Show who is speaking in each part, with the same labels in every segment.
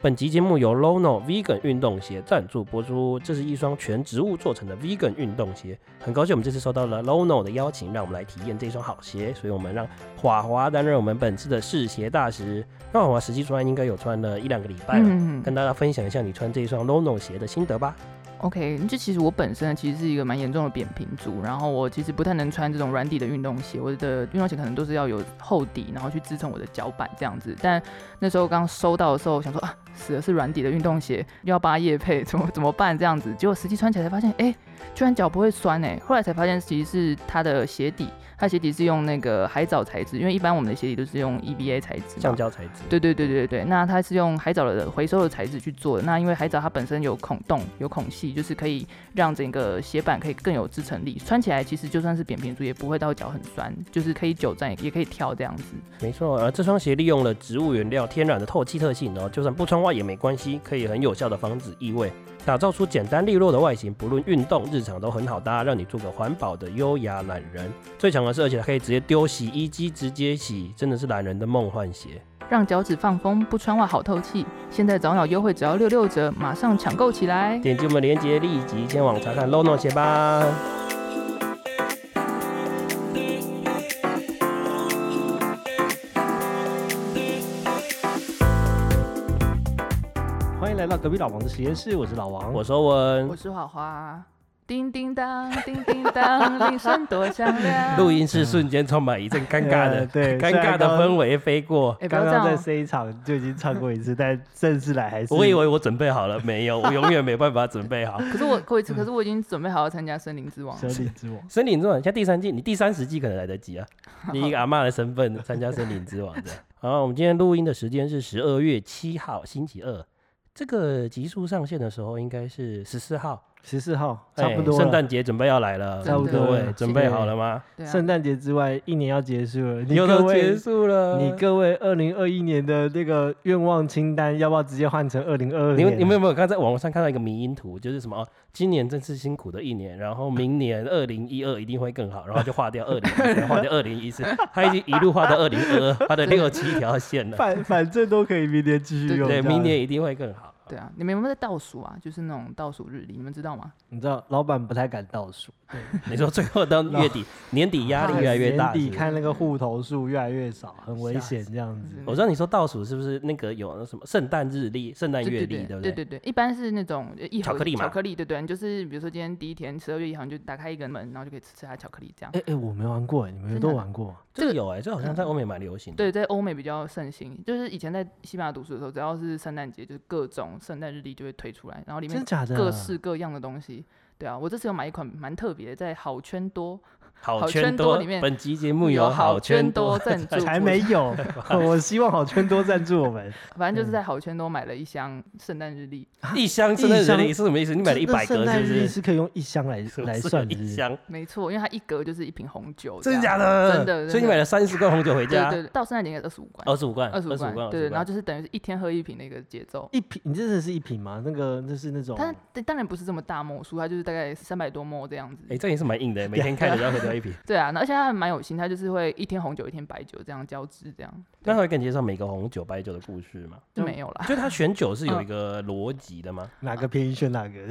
Speaker 1: 本集节目由 Lono Vegan 运动鞋赞助播出。这是一双全植物做成的 Vegan 运动鞋，很高兴我们这次收到了 Lono 的邀请，让我们来体验这双好鞋。所以，我们让华华担任我们本次的试鞋大使。那华华实际穿应该有穿了一两个礼拜了，
Speaker 2: 嗯
Speaker 1: 跟大家分享一下你穿这一双 Lono 鞋的心得吧。
Speaker 2: ，OK，这其实我本身呢其实是一个蛮严重的扁平足，然后我其实不太能穿这种软底的运动鞋，我的运动鞋可能都是要有厚底，然后去支撑我的脚板这样子。但那时候刚收到的时候，想说啊，死的是软底的运动鞋，又要扒叶配，怎么怎么办这样子？结果实际穿起来才发现，哎、居然脚不会酸哎、后来才发现其实是它的鞋底，它鞋底是用那个海藻材质，因为一般我们的鞋底都是用 EVA 材质嘛，
Speaker 1: 橡胶材质，
Speaker 2: 对对对对对，那它是用海藻的回收的材质去做的。那因为海藻它本身有孔洞、有孔隙，就是可以让整个鞋板可以更有支撑力，穿起来其实就算是扁平足也不会到脚很酸，就是可以久站也可以跳这样子。
Speaker 1: 没错。呃，这双鞋利用了植物原料天然的透气特性，然后就算不穿袜也没关系，可以很有效的防止异味，打造出简单利落的外形，不论运动日常都很好搭，让你做个环保的优雅懒人。最强的是，而且可以直接丢洗衣机直接洗，真的是懒人的梦幻鞋。
Speaker 2: 让脚趾放风，不穿袜好透气。现在早鸟优惠只要六六折，马上抢购起来！
Speaker 1: 点击我们链接，立即前往查看 Lono 鞋吧。
Speaker 3: 欢迎来到隔壁老王的实验室，我是老王。
Speaker 1: 我说文
Speaker 2: 我，是华华，叮叮当，叮叮当，铃声多响 亮。
Speaker 1: 录音室瞬间充满一阵尴尬
Speaker 3: 呃
Speaker 1: 的、
Speaker 3: 对
Speaker 1: 尴尬的氛
Speaker 3: 围。
Speaker 1: 围飞过。
Speaker 2: 哎、不要
Speaker 3: 刚
Speaker 2: 这
Speaker 3: 刚
Speaker 2: 样
Speaker 3: 在
Speaker 2: 哦、
Speaker 3: 这一场就已经唱过一次，但正式来还是
Speaker 1: 我以为我准备好了，没有，我永远没办法准备好。
Speaker 2: 可是我，可是可是我已经准备好要参加森林之王了
Speaker 3: 嗯森。林之王。
Speaker 1: 森林之王，现在第三季，你第三十季可能来得及 啊！你一个阿嬷的身份参加森林之王的。好，我们今天录音的时间是十二月七号星期二，这个集数上线的时候应该是十四号，
Speaker 3: 十四号
Speaker 1: 哎
Speaker 3: 差不多了
Speaker 1: 圣诞节准备要来了，
Speaker 2: 差不多
Speaker 1: 各位
Speaker 3: 了
Speaker 1: 准备好了吗？
Speaker 2: 对啊，
Speaker 3: 圣诞节之外，一年要结束了。你
Speaker 1: 有
Speaker 3: 各
Speaker 1: 的结
Speaker 3: 位，
Speaker 1: 束了，
Speaker 3: 你各位，二零二一年的那个愿望清单，要不要直接换成二零二二
Speaker 1: 你
Speaker 3: 年
Speaker 1: 们？你们有没有刚才网络上看到一个迷因图，就是什么、哦今年真是辛苦的一年，然后明年二零一二一定会更好，然后就划掉二零，划掉二零一四，他已经一路划到二零二二，划了六七条线了。
Speaker 3: 反反正都可以明年继续
Speaker 2: 对
Speaker 3: 用。
Speaker 1: 对，
Speaker 3: 这样
Speaker 1: 明年一定会更好。
Speaker 2: 对啊，你们有没有在倒数啊？就是那种倒数日历，你们知道吗？
Speaker 3: 你知道，老板不太敢倒数，
Speaker 1: 你说最后到月底、 年底压力越来越大
Speaker 3: 年
Speaker 1: 是
Speaker 3: 底
Speaker 1: 不是。
Speaker 3: 看那个户头数越来越少，很危险这样
Speaker 2: 就
Speaker 3: 子。
Speaker 2: 是
Speaker 1: 我知道你说倒数是不是那个有那什么圣诞日历、圣诞
Speaker 2: 对
Speaker 1: 月
Speaker 2: 对
Speaker 1: 历，
Speaker 2: 对
Speaker 1: 对不
Speaker 2: 对
Speaker 1: 对？
Speaker 2: 对对，一般是那种呃一盒
Speaker 1: 巧克力嘛
Speaker 2: 巧克力对对，你就是比如说今天第一天十二月一号，你就打开一个门，然后就可以吃吃它巧克力这
Speaker 1: 嗯
Speaker 2: 样。
Speaker 3: 哎哎，我没玩过，你们
Speaker 2: 真
Speaker 3: 都
Speaker 2: 的
Speaker 3: 玩过？
Speaker 1: 这个有哎、这好像在欧美蛮流行的。
Speaker 2: 对，在欧美比较盛行，就是以前在西班牙读书的时候，只要是圣诞节，就是各种圣诞日历就会推出来，然后里
Speaker 3: 真的
Speaker 2: 面
Speaker 3: 假的？
Speaker 2: 各式各样的东西。对啊，我这次有买一款蛮特别的，在好圈多
Speaker 1: 好
Speaker 2: 好
Speaker 1: 圈
Speaker 2: 圈
Speaker 1: 多
Speaker 2: 多里面
Speaker 1: 本集节目有
Speaker 2: 有
Speaker 1: 好圈
Speaker 2: 圈
Speaker 1: 多，
Speaker 2: 赞 助，
Speaker 3: 才哎没有，我希望好圈多赞助我们。
Speaker 2: 反正
Speaker 1: 嗯
Speaker 2: 就是在好圈多买了一箱圣诞日历，
Speaker 1: 一箱圣诞日历
Speaker 3: 啊一
Speaker 1: 是什么意思？ 你买了一百
Speaker 3: 这
Speaker 1: 个
Speaker 3: 圣诞
Speaker 1: 是不
Speaker 3: 日历
Speaker 1: 是？
Speaker 3: 是可以用一箱来来算的，
Speaker 1: 一
Speaker 3: 是不是
Speaker 1: 箱，
Speaker 2: 没错，因为它一格就是一瓶红酒这
Speaker 1: 真的假
Speaker 2: 样，
Speaker 1: 的？
Speaker 2: 真的
Speaker 1: 所以你买了三十罐红酒回家哦
Speaker 2: 对，对对，到圣诞节应该二十五罐，
Speaker 1: 二十五罐，
Speaker 2: 二十五罐，对对，然后
Speaker 1: 后
Speaker 2: 就是等于是一天喝一瓶的一个节奏。
Speaker 3: 一瓶，你真的是一瓶吗？那个那是那种，
Speaker 2: 它对当然不是这么大墨数，它就是大概三百多墨这样子。
Speaker 1: 哎，这也是蛮硬的，每天看着要喝掉一 瓶。
Speaker 2: 对啊，那而且它还蛮有心，它就是会一天红酒一天白酒这样交织，这样
Speaker 1: 那会跟你介绍每个红酒、白酒的故事 吗？
Speaker 2: 就没有啦。
Speaker 1: 就他选酒是有
Speaker 2: 嗯
Speaker 1: 一个逻辑的吗？
Speaker 3: 哪个便宜选哪 个。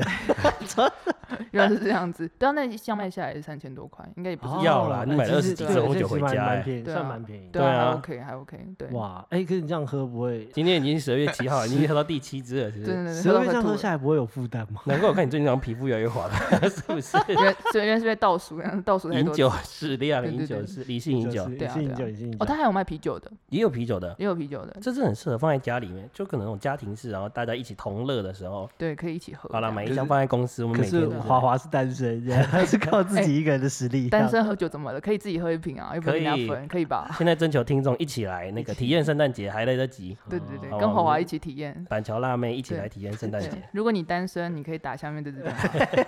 Speaker 2: 原来是这样子，对啊，那一箱卖下来是三千多块，应该也不是
Speaker 1: 哦要啦你买了
Speaker 3: 其实
Speaker 1: 20几
Speaker 3: 对
Speaker 2: 支
Speaker 1: 红酒回
Speaker 3: 其实
Speaker 1: 家
Speaker 3: 蛮
Speaker 1: 哎
Speaker 3: 蛮便宜，
Speaker 2: 对啊
Speaker 3: 算蛮便宜。
Speaker 2: 对
Speaker 1: 对啊
Speaker 2: 还 OK 还 OK，对，
Speaker 3: 哇，哎，可是你这样喝不会，
Speaker 1: 今天已经十二月七号，你已经喝到第七支了，是不
Speaker 2: 对对
Speaker 1: 是？
Speaker 2: 对，
Speaker 3: 十二
Speaker 2: 到
Speaker 3: 月
Speaker 2: 快
Speaker 3: 这样
Speaker 2: 吐
Speaker 3: 喝
Speaker 2: 了
Speaker 3: 下来不会有负担吗？
Speaker 1: 难怪我看你最近好像皮肤越来越滑了， 是不 是？
Speaker 2: 原所以原来是被倒数，倒数太
Speaker 1: 饮
Speaker 2: 多。
Speaker 1: 酒适量，
Speaker 2: 对对
Speaker 1: 饮酒
Speaker 2: 对
Speaker 1: 适理性饮
Speaker 3: 就
Speaker 1: 酒
Speaker 3: 是，
Speaker 2: 对啊
Speaker 3: 是饮
Speaker 2: 对啊
Speaker 3: 酒，也是饮
Speaker 2: 哦，
Speaker 3: 酒。
Speaker 2: 它还有卖啤酒的，
Speaker 1: 也有啤酒的。
Speaker 2: 也有啤酒的，
Speaker 1: 这是很适合放在家里面，就可能那种家庭式，然后大家一起同乐的时候。
Speaker 2: 对，可以一起喝。
Speaker 1: 好了，
Speaker 2: 这样
Speaker 1: 买一
Speaker 3: 可
Speaker 1: 箱
Speaker 3: 是
Speaker 1: 放在公司，我们
Speaker 3: 可
Speaker 1: 每天哎
Speaker 3: 是
Speaker 1: 就是
Speaker 3: 华华是单身，他 是靠自己一个人的实力。
Speaker 2: 单身喝酒怎么了？可以自己喝一瓶啊，又不是人家分，可以吧？
Speaker 1: 现在征求听众一起来那个体验圣诞节，还来得及。
Speaker 2: 对对对
Speaker 1: 好，
Speaker 2: 跟
Speaker 1: 我
Speaker 2: 华华
Speaker 1: 们
Speaker 2: 一起体验。
Speaker 1: 板桥辣妹一起
Speaker 2: 对
Speaker 1: 来体验圣诞
Speaker 2: 对
Speaker 1: 节，
Speaker 2: 如果你单身，你可以打下面的这个。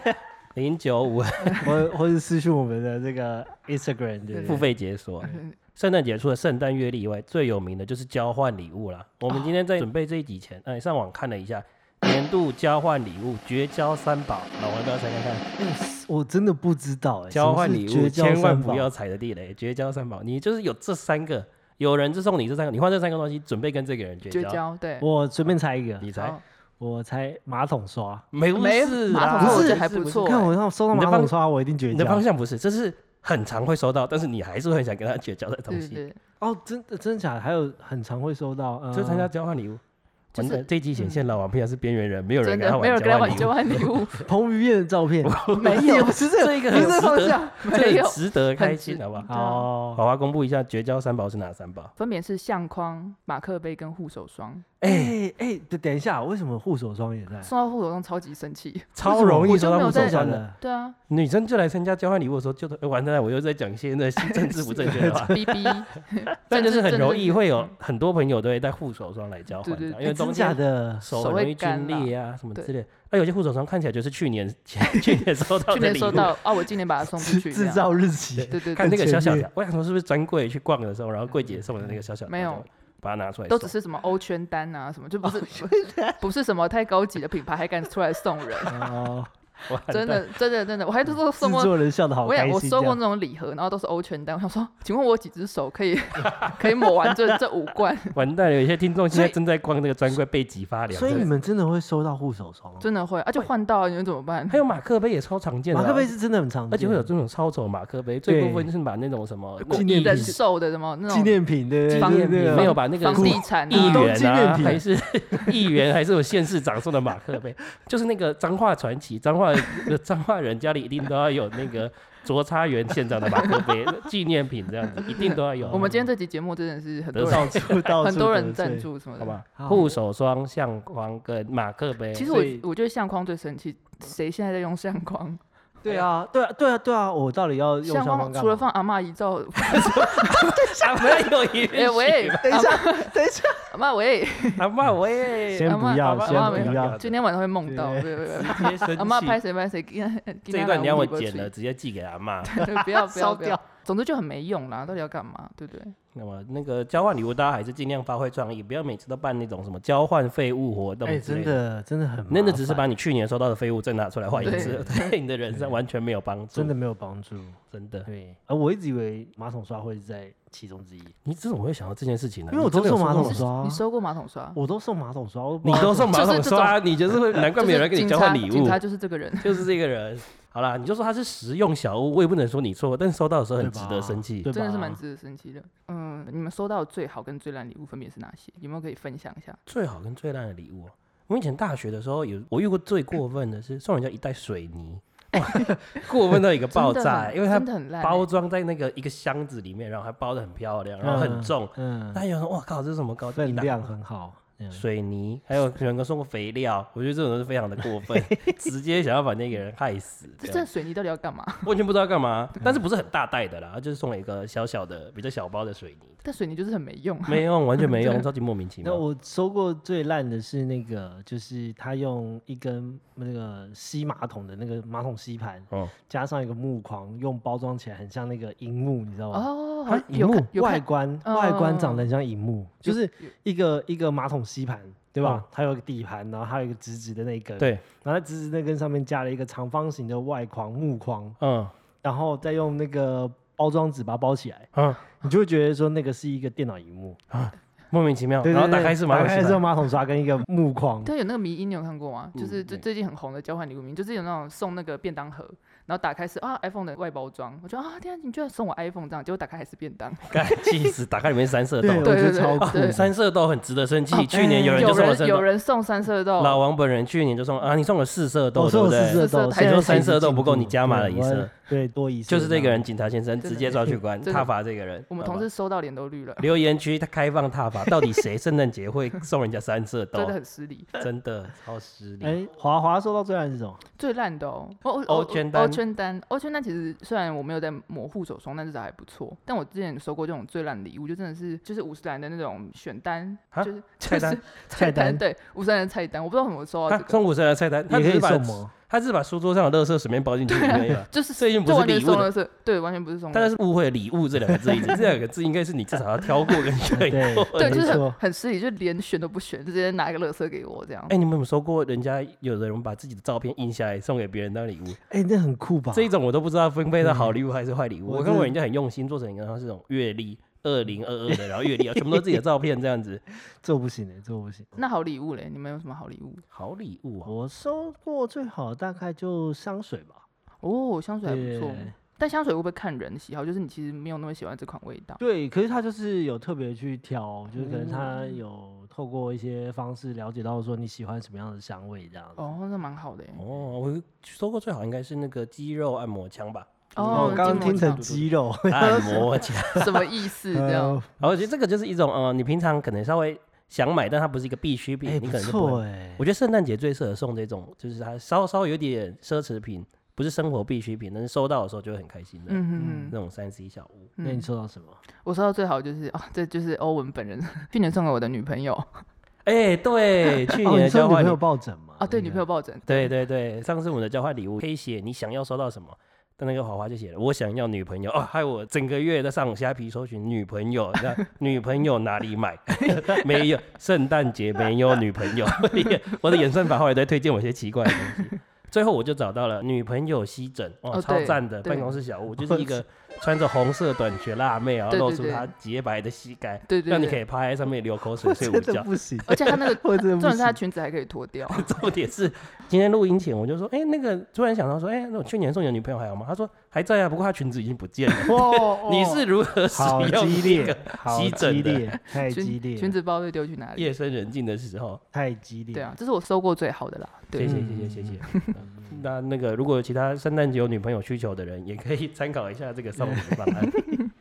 Speaker 1: 零九五
Speaker 3: 或或者私讯我们的这个 Instagram 对不对
Speaker 1: 付费解锁。
Speaker 2: 嗯
Speaker 1: 圣诞节除了圣诞月历以外，最有名的就是交换礼物啦。
Speaker 2: 哦
Speaker 1: 我们今天在准备这一集前，哎、上网看了一下年度交换礼物绝交三宝，老王要不要猜看看？
Speaker 3: 我真的不知道哎，
Speaker 1: 交换
Speaker 3: 什么
Speaker 1: 礼
Speaker 3: 是
Speaker 1: 物
Speaker 3: 绝交
Speaker 1: 千万
Speaker 3: 三
Speaker 1: 不
Speaker 3: 宝
Speaker 1: 要踩的地雷，绝交三宝，你就是有这三个，有人就送你这三个，你换这三个东西，准备跟这个人绝
Speaker 2: 绝
Speaker 1: 交。
Speaker 2: 交对。
Speaker 3: 我随便猜一个，
Speaker 1: 你猜
Speaker 2: 好
Speaker 3: 我猜马桶刷。
Speaker 1: 没
Speaker 2: 没
Speaker 1: 事
Speaker 2: 马
Speaker 1: 啦，
Speaker 2: 桶
Speaker 3: 不
Speaker 2: 啊我
Speaker 3: 是
Speaker 2: 觉得还不错
Speaker 3: 看
Speaker 2: 欸，
Speaker 3: 我收到
Speaker 1: 你的
Speaker 3: 马
Speaker 1: 方
Speaker 3: 桶刷，我一定绝
Speaker 1: 你的方
Speaker 3: 交。
Speaker 1: 向不是，这是很常会收到，但是你还是会很想跟他绝交的东
Speaker 2: 对对
Speaker 1: 西。
Speaker 2: 对，
Speaker 3: 哦，真的真的假的？还有很常会收到，呃
Speaker 1: 就参加交换礼物，
Speaker 2: 就
Speaker 1: 完
Speaker 2: 是嗯
Speaker 1: 蛋，这一集显现老王平常是边缘人，没有人
Speaker 2: 真
Speaker 1: 跟
Speaker 2: 的
Speaker 1: 他
Speaker 2: 没有
Speaker 1: 玩
Speaker 2: 人跟他
Speaker 1: 交
Speaker 2: 玩
Speaker 1: 换礼
Speaker 2: 交
Speaker 1: 物，
Speaker 2: 换礼物，
Speaker 3: 彭于晏的照片。
Speaker 2: 没有，
Speaker 3: 是这
Speaker 1: 这一个
Speaker 2: 不
Speaker 1: 很
Speaker 2: 是
Speaker 1: 值
Speaker 2: 方
Speaker 1: 得，
Speaker 2: 向，没
Speaker 1: 这
Speaker 2: 有
Speaker 1: 很，值得开心，
Speaker 2: 值嗯
Speaker 1: 好不好？
Speaker 3: 哦，
Speaker 1: 好啊，公布一下绝交三宝是哪三宝？
Speaker 2: 分别是相框、马克杯跟护手霜。
Speaker 3: 哎哎，等等一下，为什么护手霜也在？
Speaker 1: 哎
Speaker 2: 送到护手霜超级 生气。
Speaker 1: 超容易
Speaker 2: 我
Speaker 1: 收
Speaker 2: 就
Speaker 1: 到
Speaker 2: 没有
Speaker 1: 护手
Speaker 2: 在
Speaker 1: 霜的。
Speaker 3: 的。
Speaker 2: 对啊
Speaker 1: 女生就来参加交换礼物的时候，就都哎完蛋了，我又在讲一些那些政治不正确的话。
Speaker 2: ，B B，
Speaker 1: 但就是很容易会有
Speaker 2: 啊嗯
Speaker 1: 很多朋友都会带护手霜来交换的，啊
Speaker 2: 对对
Speaker 1: 因为
Speaker 3: 哎真
Speaker 1: 冬
Speaker 3: 假
Speaker 1: 天
Speaker 3: 的？
Speaker 1: 手
Speaker 2: 手
Speaker 1: 很
Speaker 2: 会
Speaker 1: 容易皲
Speaker 2: 干啦
Speaker 1: 裂啊什么
Speaker 2: 对
Speaker 1: 之类的。那有些护手霜看起来就是去年 去年收到
Speaker 2: 去
Speaker 1: 的
Speaker 2: 年
Speaker 1: 礼
Speaker 2: 收
Speaker 1: 物。
Speaker 2: 到啊，我今年把它送出去，
Speaker 3: 制
Speaker 2: 这样
Speaker 3: 造日期。
Speaker 2: 对对
Speaker 1: 看
Speaker 2: 对，
Speaker 1: 那个小小
Speaker 3: 前
Speaker 1: 条，我想说是不是专柜去逛的时候，然后柜姐送的那个小小条，
Speaker 2: 没有，
Speaker 1: 把它拿出来
Speaker 2: 都
Speaker 1: 送，
Speaker 2: 只是什么欧圈单啊什么，就不是不是什么太高级的品牌还敢出来送人，
Speaker 3: 哦，
Speaker 1: 哇
Speaker 2: 真，的真的真的，我还都说
Speaker 3: 制
Speaker 2: 送过。
Speaker 3: 作人笑的好
Speaker 2: 我也
Speaker 3: 开
Speaker 2: 我
Speaker 3: 心这
Speaker 2: 收过
Speaker 3: 样。
Speaker 2: 那种礼盒，然后都是欧圈单。我想说，请问我有几只手 可以可以抹完这这五罐？
Speaker 3: 哦
Speaker 1: 完蛋了！有一些听众现在
Speaker 3: 所以
Speaker 1: 正在逛那个专柜，背脊发凉。
Speaker 3: 所以
Speaker 1: 真的
Speaker 3: 你们真的会收到护手霜哦？
Speaker 2: 真的会，而且换到你们怎么办？
Speaker 1: 还有马克杯也超常见的
Speaker 3: 马
Speaker 1: 啊，
Speaker 3: 克杯是真的很常见，
Speaker 1: 而且会有这种超丑马克杯，最
Speaker 3: 对
Speaker 1: 过分就是把那种什么
Speaker 3: 纪念
Speaker 2: 人
Speaker 3: 品
Speaker 2: 寿呃的什么那
Speaker 3: 纪
Speaker 2: 种
Speaker 3: 念品，对对
Speaker 1: 纪念
Speaker 2: 纪
Speaker 3: 对
Speaker 2: 念
Speaker 1: 品，
Speaker 3: 对，
Speaker 1: 没有把那个
Speaker 2: 房
Speaker 1: 什么
Speaker 2: 地产
Speaker 1: 议
Speaker 2: 啊
Speaker 3: 都
Speaker 1: 员
Speaker 3: 纪
Speaker 1: 啊，
Speaker 3: 念品
Speaker 1: 还是 议员，还是有县市长送的马克 杯，就是那个彰化传奇，彰化呃彰化人家里一定都要有那个卓差园县长的马克杯纪念品，这样子一定都要有。
Speaker 2: 我们今天这集节目真的是很
Speaker 1: 得
Speaker 2: 多人
Speaker 3: 到处到处
Speaker 2: 很多人
Speaker 3: 得罪
Speaker 2: 赞，助什么的
Speaker 1: 好。 吧，
Speaker 3: 好
Speaker 1: 护手霜、相框跟马克杯，
Speaker 2: 其实
Speaker 3: 所以
Speaker 2: 我我觉得相框最神奇，谁现在在用相框？
Speaker 3: 对啊，对啊，对啊，对啊，我到底要用
Speaker 2: 相
Speaker 3: 相框干嘛
Speaker 2: 除了放阿嬷遗照，
Speaker 1: 阿妈啊 有一
Speaker 2: 哎喂，
Speaker 3: 等一下，等一下，
Speaker 2: 阿嬷喂，
Speaker 1: 阿妈我也
Speaker 3: 先
Speaker 2: 阿
Speaker 3: 不
Speaker 2: 嬷
Speaker 3: 要
Speaker 2: 阿，嬷阿
Speaker 3: 先
Speaker 2: 嬷
Speaker 3: 不
Speaker 1: 没有
Speaker 3: 要，
Speaker 2: 今天晚上会梦到，对
Speaker 3: 对
Speaker 2: 对对。
Speaker 1: 直接生
Speaker 2: 阿妈
Speaker 1: 气
Speaker 2: 拍谁拍谁，给他
Speaker 1: 这一段你让我剪了，，直接寄给阿妈。
Speaker 2: 给他拿五百块不要不要
Speaker 3: 烧
Speaker 2: 不
Speaker 3: 掉
Speaker 2: 要。总之就很没用啦，到底要干嘛？对 不对？
Speaker 1: 那么那个交换礼物，大家还是尽量发挥创意，不要每次都办那种什么交换废物活动
Speaker 3: 哎，
Speaker 1: 之类
Speaker 3: 真的真的很麻烦，
Speaker 1: 那那只是把你去年收到的废物再拿出 来换一次，对你的人生完全没有帮助。
Speaker 3: 真的没有帮助。
Speaker 1: 真的，
Speaker 3: 对，而我一直以为马桶刷会在其中之一，
Speaker 1: 你怎么会想到这件事情呢？
Speaker 3: 因为我
Speaker 1: 你真的
Speaker 3: 都
Speaker 1: 有
Speaker 3: 送马
Speaker 1: 过
Speaker 3: 桶
Speaker 1: 吗
Speaker 3: 刷啊
Speaker 2: 你收过马桶刷？
Speaker 3: 我都送马桶刷，我不
Speaker 1: 你
Speaker 3: 知道
Speaker 1: 都送
Speaker 3: 为
Speaker 1: 马
Speaker 2: 就是
Speaker 1: 桶
Speaker 2: 这
Speaker 1: 刷，你就是会难怪没有人跟你交换礼
Speaker 2: 就是警
Speaker 1: 物
Speaker 2: 察，就是这个人，
Speaker 1: 就是这个人。好啦，你就说他是实用小物，我也不能说你错，但是收到的时候
Speaker 3: 什么
Speaker 1: 很值得生气。
Speaker 3: 对吧
Speaker 2: 真的是蛮值得生气的。嗯，你们收到最好跟最烂礼物分别是哪些？有没有可以分享一下？
Speaker 1: 最好跟最烂的礼物，我以前大学的时候有我遇过最过分的是送人家一袋水泥， 哇，过分到一个 爆
Speaker 2: 真的
Speaker 1: 炸，
Speaker 2: 很
Speaker 1: 因为它
Speaker 2: 真的很烂欸，
Speaker 1: 包装在那个一个箱子里面，然后还包的很漂亮，然后很重。
Speaker 3: 嗯，
Speaker 1: 大家有人说：“哇靠，这是什么高
Speaker 3: 分
Speaker 1: 一打
Speaker 3: 量很好，嗯
Speaker 1: 水泥，还有有人送过肥料，我觉得这种人是非常的过 分，直接想要把那个人害死。
Speaker 2: 这
Speaker 1: 这
Speaker 2: 这
Speaker 1: 样
Speaker 2: 水泥到底要干嘛？
Speaker 1: 完全不知道干嘛，
Speaker 2: 嗯
Speaker 1: 但是不是很大袋的啦，就是送了一个小小的、比较小包的水泥，
Speaker 2: 但水泥就是很没用啊。
Speaker 1: 没用，完全 没用，超级莫名其
Speaker 3: 那
Speaker 1: 妙。
Speaker 3: 我收过最烂的是那个，就是他用一根那个吸马桶的那个马桶吸盘，
Speaker 1: 哦，
Speaker 3: 加上一个木框，用包装起来很像那个荧幕，你知道吗？
Speaker 2: 哦，
Speaker 1: 啊
Speaker 2: 好
Speaker 1: 荧
Speaker 2: 有
Speaker 1: 幕
Speaker 2: 看有
Speaker 3: 外
Speaker 2: 看
Speaker 3: 观、
Speaker 2: 嗯
Speaker 3: 外观长得很像荧幕，就
Speaker 2: 有
Speaker 3: 是一个一个马桶吸盘，对
Speaker 1: 嗯
Speaker 3: 吧？它有个底盘，然后还有一个直直的那一根，。
Speaker 1: 对，
Speaker 3: 然后在直直那根上面加了一个长方形的外框木框，
Speaker 1: 嗯
Speaker 3: 然后再用那个包装纸把它包起来，
Speaker 1: 嗯，
Speaker 3: 你就会觉得说那个是一个电脑荧幕。
Speaker 1: 莫名其妙。
Speaker 3: 对对
Speaker 1: 哦然后打
Speaker 3: 对
Speaker 1: 开是马
Speaker 3: 打
Speaker 1: 桶
Speaker 3: 开
Speaker 1: 洗
Speaker 3: 是
Speaker 1: 盘，
Speaker 3: 马桶刷跟一个木框。
Speaker 2: 对，有那个迷音，你有看过吗？就
Speaker 1: 嗯
Speaker 2: 是最
Speaker 1: 没
Speaker 2: 最近很红的交换礼物名，就是有那种送那个便当盒，然后打开是啊 iPhone 的外包装，我觉得啊天啊，你居然送我 iPhone 这样，结果打开还是便当，
Speaker 1: 干气死！打开里面三色
Speaker 3: 对，我
Speaker 1: 豆，
Speaker 3: 觉得
Speaker 2: 对
Speaker 3: 超
Speaker 2: 对
Speaker 3: 酷。
Speaker 2: 对
Speaker 1: 三色豆很值得生气。
Speaker 3: 哦
Speaker 1: 去年有人就
Speaker 2: 有
Speaker 1: 送了
Speaker 2: 人
Speaker 1: 三
Speaker 2: 有
Speaker 1: 色
Speaker 2: 人送三色
Speaker 1: 豆，
Speaker 2: 豆，
Speaker 1: 老王本人去年就送啊，你送了四色豆，
Speaker 3: 我
Speaker 1: 对
Speaker 3: 说
Speaker 1: 不
Speaker 3: 我
Speaker 1: 对？
Speaker 3: 哦四色豆，
Speaker 2: 四色
Speaker 3: 现
Speaker 2: 豆
Speaker 3: 在
Speaker 1: 你说三色豆不够你加码了一
Speaker 3: 我
Speaker 1: 色，
Speaker 3: 对，多一色。
Speaker 1: 就是这个人，，警察先生
Speaker 2: 真的
Speaker 1: 直接抓去关，
Speaker 2: 真的
Speaker 1: 踏伐这个人。
Speaker 2: 我们
Speaker 1: 好吧
Speaker 2: 同事收到脸都绿了，
Speaker 1: 留言区他开放踏伐，到底谁圣诞节会送人家三色
Speaker 2: 真的
Speaker 1: 豆？
Speaker 2: 很失礼。
Speaker 1: 真的超失礼。
Speaker 3: 哎，华华收到最烂是什么？
Speaker 2: 最烂的哦，欧
Speaker 1: 欧圈单
Speaker 2: 欧圈单，欧圈单其实虽然我没有在抹护手霜，但至少还不错。但我之前收过这种最烂礼物，就真的是就是五十岚的那种选单，
Speaker 1: 啊
Speaker 2: 就是
Speaker 1: 菜单
Speaker 2: 就是菜
Speaker 3: 单
Speaker 2: 单对五十岚的菜单，我不知道为什么我收
Speaker 3: 哦
Speaker 1: 他
Speaker 2: 啊到这个，
Speaker 1: 送五十的菜单，他
Speaker 3: 也
Speaker 1: 只
Speaker 3: 可
Speaker 1: 是
Speaker 3: 以
Speaker 1: 把
Speaker 3: 送吗？
Speaker 1: 他只是把书桌上的垃圾随便包 进去而已嘛。
Speaker 2: 就是
Speaker 1: 这已经不
Speaker 2: 这
Speaker 1: 是
Speaker 2: 完全
Speaker 1: 礼物
Speaker 2: 送
Speaker 1: 了，
Speaker 2: 的是对，完全不是送的，
Speaker 1: 大家是误会了“礼物”这两个字，一直这两个字应该是你至少要挑过跟选 过
Speaker 2: 对，
Speaker 3: 对
Speaker 1: 的。
Speaker 2: 就是
Speaker 3: 没错
Speaker 2: 很很失礼，就连选都不选，就直接拿一个垃圾给我这样。
Speaker 1: 哎，你们有没有收过人家有的人把自己的照片印下来送给别人当礼物？
Speaker 3: 哎，那很酷吧？
Speaker 1: 这一种我都不知道分配到好礼物还是坏礼物。
Speaker 3: 我
Speaker 1: 我看过
Speaker 3: 真
Speaker 1: 人家很用心做成一个，然后是这种月历，二零二二的，然后月历 啊，全部都是自己的照片这样子。
Speaker 3: 这我不行的、欸这我不行。
Speaker 2: 那好礼物嘞，你们有什么好礼物？
Speaker 1: 好礼物啊，
Speaker 3: 我收过最好的大概就香水吧，
Speaker 2: 哦，香水还不错，
Speaker 3: 对
Speaker 2: 但香水会不会看人喜好？就是你其实没有那么喜欢这款味道。
Speaker 3: 对，可是他就是有特别去挑，就是可能他
Speaker 2: 哦
Speaker 1: 嗯
Speaker 3: 有透过一些方式了解到说你喜欢什么样的香味这样子。
Speaker 2: 哦，那蛮好的耶。
Speaker 1: 哦，我收过最好应该是那个肌肉按摩枪 吧，
Speaker 2: 哦，
Speaker 3: 刚刚
Speaker 2: 筋膜
Speaker 3: 听成
Speaker 2: 枪
Speaker 3: 肌肉，
Speaker 1: 按摩枪。
Speaker 2: 什么意思？这样
Speaker 3: 呃
Speaker 1: 然后我觉得这个就是一种呃，你平常可能稍微想买，但它不是一个必需品，
Speaker 3: 哎，
Speaker 1: 你
Speaker 3: 不
Speaker 1: 可能就不
Speaker 3: 错
Speaker 1: 会。
Speaker 3: 哎
Speaker 1: 我，觉得圣诞节最适合送这种，就是它稍稍有点奢侈品，不是生活必需品，但是收到的时候就会很开心的、
Speaker 2: 嗯哼
Speaker 1: 那种三 C 小物。
Speaker 2: 嗯
Speaker 3: 那你收到什么？
Speaker 2: 我收到最好就是哦，这就是欧文本人去年送给我的女朋友
Speaker 1: 哎、 对，去
Speaker 3: 哦
Speaker 1: 年的
Speaker 3: 你说
Speaker 1: 交
Speaker 3: 女朋
Speaker 1: 换礼、
Speaker 3: 友抱枕吗？
Speaker 2: 哦，对，
Speaker 3: 那
Speaker 2: 女
Speaker 3: 个
Speaker 2: 朋友抱枕，
Speaker 1: 对对对，上次我们的交换礼物可以写你想要收到什么。但那个华华就写了，我想要女朋友哦，害我整个月在上虾皮搜寻女朋友，那女朋友哪里 买？没有，圣诞节没有女朋友。我的眼我的演算法后来都在推荐我一些奇怪的东西。最后我就找到了女朋友西枕，哦，
Speaker 2: 哦
Speaker 1: 超
Speaker 2: 对
Speaker 1: 赞的
Speaker 2: 对哦
Speaker 1: 办公室小物，就是一个穿着红色短裙辣妹，然后
Speaker 2: 对对
Speaker 1: 露出
Speaker 2: 对
Speaker 1: 她洁白的膝盖，
Speaker 2: 对对
Speaker 1: 让你可
Speaker 2: 对，
Speaker 1: 以趴在上面流口水
Speaker 3: 我
Speaker 1: 睡午
Speaker 3: 真
Speaker 1: 觉
Speaker 3: 的。不行，
Speaker 2: 而且她那个
Speaker 3: 我 真的
Speaker 2: 重
Speaker 3: 不
Speaker 2: 点是她
Speaker 3: 行
Speaker 2: 裙子还可以脱掉，
Speaker 1: 重点是今天录音前我就说，哎、那个突然想到说，哎、那我去年送你的女朋友还有吗？他说还在啊，不过她裙子已经不见了。
Speaker 2: 哦
Speaker 3: 哇哦
Speaker 1: 你是如何使
Speaker 3: 好
Speaker 1: 用
Speaker 3: 激
Speaker 1: 这个
Speaker 3: 烈，好
Speaker 1: 吸
Speaker 3: 激
Speaker 1: 枕的
Speaker 3: 烈，太激
Speaker 2: 裙
Speaker 3: 烈，
Speaker 2: 裙子包被丢去哪里？
Speaker 1: 夜深人静的时候？
Speaker 3: 太激烈。
Speaker 2: 对啊，这是我收过最好的啦。
Speaker 1: 谢
Speaker 2: 对，
Speaker 1: 谢谢谢谢谢。嗯那那个如果有其他圣诞节有女朋友需求的人，也可以参考一下这个送礼方案。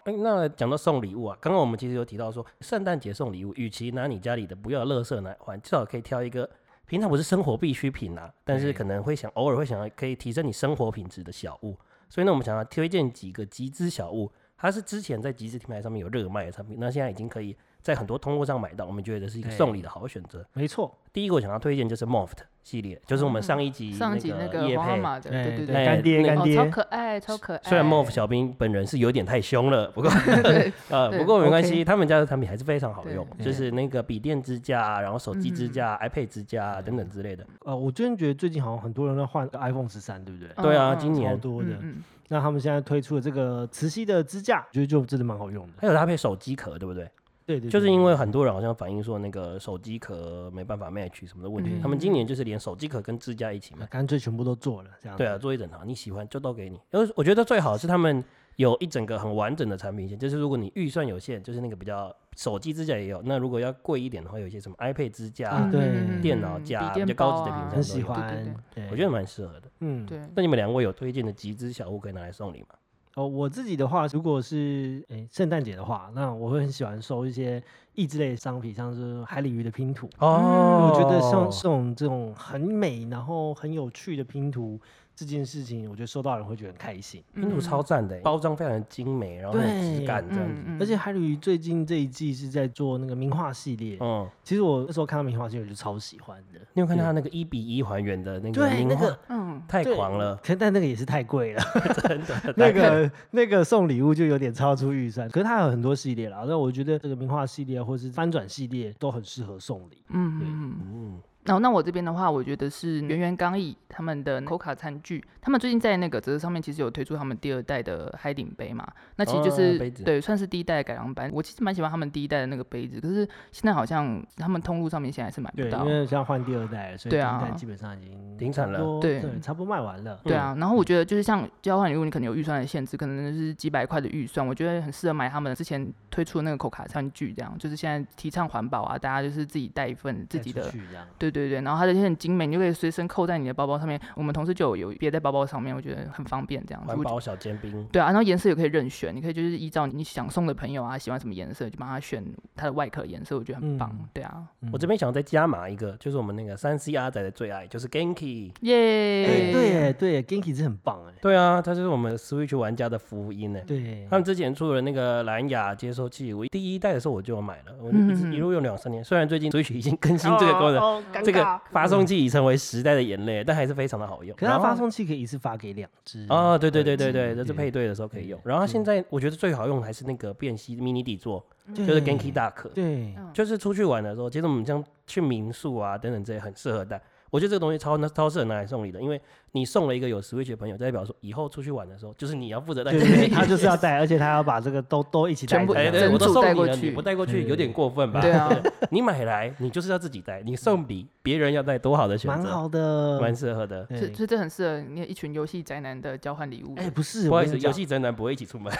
Speaker 1: 哎那讲到送礼物啊，刚刚我们其实有提到说，圣诞节送礼物，与其拿你家里的不要的垃圾来还，至少可以挑一个平常不是生活必需品啊，但是
Speaker 3: 对
Speaker 1: 可能会想偶尔会想要可以提升你生活品质的小物。所以呢，我们想要推荐几个集资小物，它是之前在集资平台上面有热卖的产品，那现在已经可以在很多通路上买到，我们觉得是一个
Speaker 3: 对
Speaker 1: 送礼的好选择。
Speaker 3: 没错，
Speaker 1: 第一个我想要推荐就是 Moft 系列，就是我们上一集
Speaker 2: 嗯上一集那
Speaker 1: 个
Speaker 2: 个
Speaker 1: 叶
Speaker 2: 皇阿
Speaker 1: 佩。
Speaker 2: 玛哎的，对对
Speaker 3: 对
Speaker 1: 哎
Speaker 2: 对，
Speaker 3: 干爹
Speaker 1: 那
Speaker 3: 干
Speaker 2: 哦，
Speaker 3: 爹
Speaker 2: 超，可爱，超可爱。
Speaker 1: 虽然 Moft 小兵本人是有点太凶了，不过
Speaker 2: 对，
Speaker 1: 呃
Speaker 2: 对
Speaker 1: 不过没关系，
Speaker 2: OK
Speaker 1: 他们家的产品还是非常好用，
Speaker 2: 对
Speaker 1: 就是那个笔电支架啊，然后手机支
Speaker 2: 嗯
Speaker 1: 架啊、iPad 支架啊等等之类的。
Speaker 3: 呃，我真的觉得最近好像很多人在换 iPhone 十三，对不 对？
Speaker 2: 嗯
Speaker 1: 对啊，
Speaker 2: 嗯
Speaker 1: 今
Speaker 3: 超
Speaker 1: 年
Speaker 3: 多的
Speaker 2: 嗯。嗯，
Speaker 3: 那他们现在推出的这个磁吸的支架，我觉得就真的蛮好用的。
Speaker 1: 还有搭配手机壳，对不对？
Speaker 3: 对对，
Speaker 1: 哎就是
Speaker 3: 对
Speaker 1: 因为很多人好像反映说那个手机壳没办法 match 什么的问题，
Speaker 2: 嗯
Speaker 1: 他们今年就是连手机壳跟支架一起卖。
Speaker 3: 干脆全部都做了这样。
Speaker 1: 对啊，，做一整套，你喜欢就都给你。因为我觉得最好是他们有一整个很完整的产品线，就是如果你预算有限，就是那个比较手机支架也有，那如果要贵一点的话，有一些什么 iPad 支架、
Speaker 3: 啊
Speaker 1: 啊，
Speaker 3: 对
Speaker 2: 嗯
Speaker 1: 电脑
Speaker 2: 嗯
Speaker 1: 架
Speaker 2: 笔
Speaker 1: 比
Speaker 2: 电
Speaker 1: 较高
Speaker 2: 包
Speaker 1: 级的
Speaker 2: 啊
Speaker 1: 平常
Speaker 3: 很
Speaker 1: 都
Speaker 3: 喜
Speaker 1: 有
Speaker 2: 对对
Speaker 3: 欢。对
Speaker 1: 我觉得蛮适合的。
Speaker 3: 嗯，
Speaker 2: 对，
Speaker 1: 那你们两位有推荐的集资小物可以拿来送礼吗？
Speaker 3: 哦，我自己的话，如果是诶圣诞节的话，那我会很喜欢收一些益智类的商品，像是海鲤鱼的拼图。
Speaker 1: 哦
Speaker 3: 嗯我觉得像这种这种很美，然后很有趣的拼图这件事情，我觉得收到人会觉得很开心。
Speaker 1: 拼
Speaker 2: 嗯
Speaker 1: 图超赞的，欸包装非常的精美，然后很有质
Speaker 3: 对
Speaker 1: 感这样子。
Speaker 2: 嗯，
Speaker 3: 而且海鲤鱼最近这一季是在做那个名画系列，
Speaker 1: 嗯，
Speaker 3: 其实我那时候看到名画系列我就超喜欢的。
Speaker 1: 你有看到它那个一比一还原的那个
Speaker 3: 对
Speaker 1: 名
Speaker 3: 那
Speaker 1: 画
Speaker 3: 个
Speaker 2: 嗯，
Speaker 1: 太
Speaker 3: 对
Speaker 1: 狂了，
Speaker 3: 可但那个也是太贵了，
Speaker 1: 真的。
Speaker 3: 那个那个送礼物就有点超出预算。可是它有很多系列啦，那我觉得这个名画系列或是翻转系列都很适合送礼。
Speaker 2: 嗯嗯嗯。
Speaker 1: 嗯，
Speaker 2: 然后那我这边的话，我觉得是圆圆刚毅他们的口卡餐具，他们最近在那个折子上面其实有推出他们第二代的海顶杯嘛，那其实就
Speaker 1: 哦
Speaker 2: 是、
Speaker 1: 杯子
Speaker 2: 对，算是第一代的改良版。我其实蛮喜欢他们第一代的那个杯子，可是现在好像他们通路上面现在是买不
Speaker 3: 对，因
Speaker 2: 到。
Speaker 3: 为现在换第二代了，所以第
Speaker 2: 对
Speaker 3: 一
Speaker 2: 啊
Speaker 3: 代基本上已经
Speaker 1: 停产了
Speaker 3: 差不多
Speaker 2: 对
Speaker 3: 对，差不多卖完了。
Speaker 2: 对啊，然后我觉得就是像交换礼物，你可能有预算的限制，可能是几百块的预算，我觉得很适合买他们之前推出的那个口卡餐具，这样就是现在提倡环保啊，大家就是自己带一份自
Speaker 3: 带
Speaker 2: 己
Speaker 3: 出
Speaker 2: 的
Speaker 3: 去这样。
Speaker 2: 对对对，然后它的也很精美，你就可以随身扣在你的包包上面。我们同事就有有别在包包上面，我觉得很方便这样
Speaker 1: 嗯
Speaker 2: 子。
Speaker 1: 环
Speaker 2: 我觉
Speaker 1: 保小尖兵。
Speaker 2: 对啊，然后颜色也可以任选，你可以就是依照你想送的朋友啊，喜欢什么颜色，就帮他选它的外壳颜色，我觉得很棒。
Speaker 3: 嗯
Speaker 2: 对啊，
Speaker 1: 我这边想要再加码一个，就是我们那个三 C R 仔的最爱，就是 Genki。
Speaker 2: 耶、
Speaker 3: 哎，对耶对耶，Genki 是很棒哎。
Speaker 1: 对啊，它就是我们 Switch 玩家的福音呢。
Speaker 3: 对
Speaker 1: 他，们之前出了那个蓝牙接收器，我第一代的时候我就有买了，我一直
Speaker 2: 嗯嗯嗯哦
Speaker 1: 一路用两三年。虽然最近 Switch 已经更新这个功能，
Speaker 3: 能
Speaker 1: 这个发送器已成为时代的眼泪，但还是非常的好用。
Speaker 3: 可是它
Speaker 1: 然后
Speaker 3: 发送器可以一次发给两只
Speaker 1: 哦，对对对对
Speaker 3: 耳机
Speaker 1: 对，嗯这是配对的时候可以用。然后现在我觉得最好用的还是那个便携 mini 底座，
Speaker 3: 对
Speaker 1: 就是 Genki Duck。
Speaker 3: 对
Speaker 2: 嗯
Speaker 1: 就是出去玩的时候，其实我们像去民宿啊等等这些很适合带。我觉得这个东西超超适合拿来送礼的，因为你送了一个有 Switch 的朋友，代表说以后出去玩的时候，就是你要负责带
Speaker 3: 对
Speaker 1: 这
Speaker 3: 对，
Speaker 1: 些。
Speaker 3: 对他就是要带，而且他要把这个都都一起带
Speaker 2: 全部
Speaker 3: 着。
Speaker 1: 哎，对，
Speaker 2: 整
Speaker 1: 我都
Speaker 2: 组
Speaker 1: 送
Speaker 2: 带
Speaker 1: 你
Speaker 2: 过
Speaker 1: 了，
Speaker 2: 去
Speaker 1: 你不带过去
Speaker 3: 嗯
Speaker 1: 有点过分吧？
Speaker 2: 对啊，
Speaker 1: 你买来你就是要自己带，你送礼别人要带，多好的选
Speaker 3: 蛮
Speaker 1: 择，
Speaker 3: 好的，
Speaker 1: 蛮适合的。
Speaker 3: 对
Speaker 2: 所以所以这很适合你一群游戏宅男的交换礼物。
Speaker 3: 哎，不是，
Speaker 1: 不好
Speaker 3: 我
Speaker 1: 意
Speaker 3: 跟
Speaker 1: 思，
Speaker 3: 你
Speaker 1: 游
Speaker 3: 讲
Speaker 1: 戏宅男不会一起出门，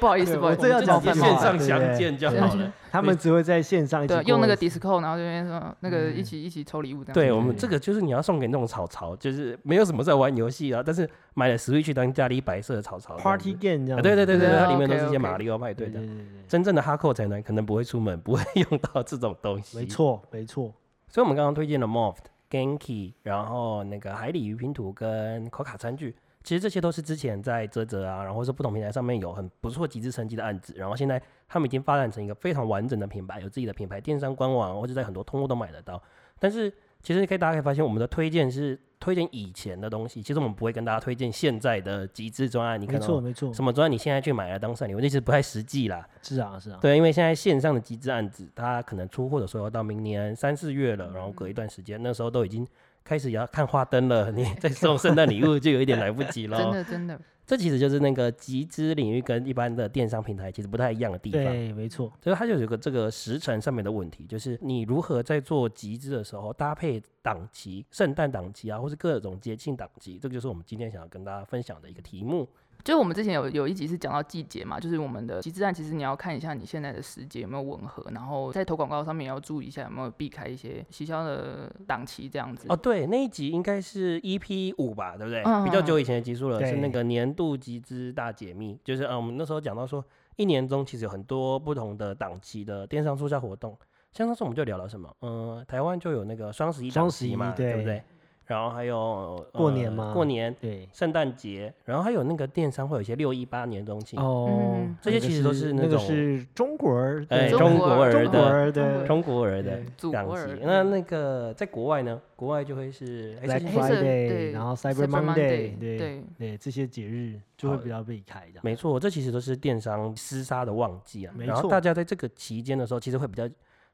Speaker 2: 不好意思，
Speaker 3: 对
Speaker 2: 不好意思，
Speaker 3: 我正要
Speaker 2: 们冒
Speaker 1: 直接线
Speaker 2: 犯冒犯
Speaker 3: 讲这个
Speaker 1: 上相
Speaker 3: 对
Speaker 1: 见就
Speaker 2: 对
Speaker 1: 好了。
Speaker 3: 他们只会在线上一起
Speaker 2: 对，用那
Speaker 3: 过
Speaker 2: 个
Speaker 3: 嗯
Speaker 2: Discord，然后这边说那个一起一起抽礼物这 样。
Speaker 1: 对我们
Speaker 3: 对
Speaker 1: 这个就是你要送给那种草草，就是没有什么在玩游戏啊，但是买了 Switch 当家里白色的草草这样
Speaker 3: party
Speaker 1: 子
Speaker 3: game 这样
Speaker 1: 啊
Speaker 3: 子。
Speaker 1: 对对对对，
Speaker 2: 对
Speaker 1: 它
Speaker 2: 啊
Speaker 1: 里面都是一些
Speaker 2: OK，OK
Speaker 1: 马里奥派对
Speaker 3: 对
Speaker 1: 的
Speaker 3: 对。对
Speaker 1: 真正的哈扣宅男可能不会出门，不会用到这种东西。
Speaker 3: 没，错没错。
Speaker 1: 所以我们刚刚推荐了 Morph、Genki，然后那个海里鱼拼图跟口卡餐具，其实这些都是之前在泽泽啊，然后是不同平台上面有很不错极致成绩的案子，然后现在他们已经发展成一个非常完整的品牌，有自己的品牌电商官网，或者在很多通路都买得到。但是其实可以大家可以发现，我们的推荐是推荐以前的东西，其实我们不会跟大家推荐现在的极致专案。你
Speaker 3: 没
Speaker 1: 看
Speaker 3: 错
Speaker 1: 到
Speaker 3: 没错，
Speaker 1: 什么专案，你现在去买来当善礼物，那其实不太实际啦。
Speaker 3: 是啊是啊，
Speaker 1: 对，因为现在线上的机制案子，它可能出货的时候要到明年三四月了，然后隔一段时间，那时候都已经开始要看花灯了， 你再送圣诞礼物就有一点来不及
Speaker 2: 真
Speaker 1: 喽。
Speaker 2: 的真的，
Speaker 1: 这其实就是那个集资领域跟一般的电商平台其实不太一样的地方。
Speaker 3: 对没错，
Speaker 1: 所以它就有一个这个时辰上面的问题，就是你如何在做集资的时候搭配档期、圣诞档期啊，或是各种节庆档期，这个就是我们今天想要跟大家分享的一个题目。
Speaker 2: 就是我们之前有有一集是讲到季节嘛，就是我们的集资站，其实你要看一下你现在的时节有没有吻合，然后在投广告上面也要注意一下有没有避开一些行销的档期这样子。
Speaker 1: 哦，对，那一集应该是 EP 五吧，对不对？
Speaker 2: 嗯
Speaker 1: 比较久以前的集数了，是那
Speaker 3: 对
Speaker 1: 个年度集资大解密，就是啊、呃我们那时候讲到说，一年中其实有很多不同的档期的电商促销活动，像当时我们就聊了什么，嗯、台湾就有那个双十一档
Speaker 3: 双十
Speaker 1: 期
Speaker 3: 一
Speaker 1: 嘛，对不
Speaker 3: 对
Speaker 1: 对？然后还有、呃
Speaker 3: 过年嘛
Speaker 1: 过年、
Speaker 3: 对
Speaker 1: 圣诞节，然后还有那个电商会有一些六一八年中庆，
Speaker 3: 哦
Speaker 2: 嗯，
Speaker 1: 这些其实都是
Speaker 3: 是
Speaker 1: 那
Speaker 3: 那个
Speaker 1: 种
Speaker 3: 是中国儿，
Speaker 1: 哎
Speaker 3: 对
Speaker 2: 中国
Speaker 1: 国
Speaker 2: 儿
Speaker 1: 儿
Speaker 3: 中国
Speaker 1: 的
Speaker 2: 中
Speaker 3: 儿
Speaker 2: 国
Speaker 3: 的
Speaker 2: 儿
Speaker 1: 中国儿的
Speaker 3: 对
Speaker 2: 祖
Speaker 1: 档
Speaker 2: 国
Speaker 1: 期
Speaker 2: 儿，嗯
Speaker 1: 那那个在国外呢？国外就会是哎最
Speaker 3: Black
Speaker 1: 近
Speaker 2: 黑
Speaker 1: 是
Speaker 2: 色
Speaker 3: Friday，
Speaker 2: 对
Speaker 3: 然后 Cyber
Speaker 2: Monday，
Speaker 3: Monday，对
Speaker 2: 对
Speaker 3: 对这些节日就会
Speaker 1: 好
Speaker 3: 比较被开的。
Speaker 1: 没错，这其实都是电商厮杀的旺季啊。
Speaker 3: 没
Speaker 1: 然后
Speaker 3: 错
Speaker 1: 大家在这个期间的时候，其实会比较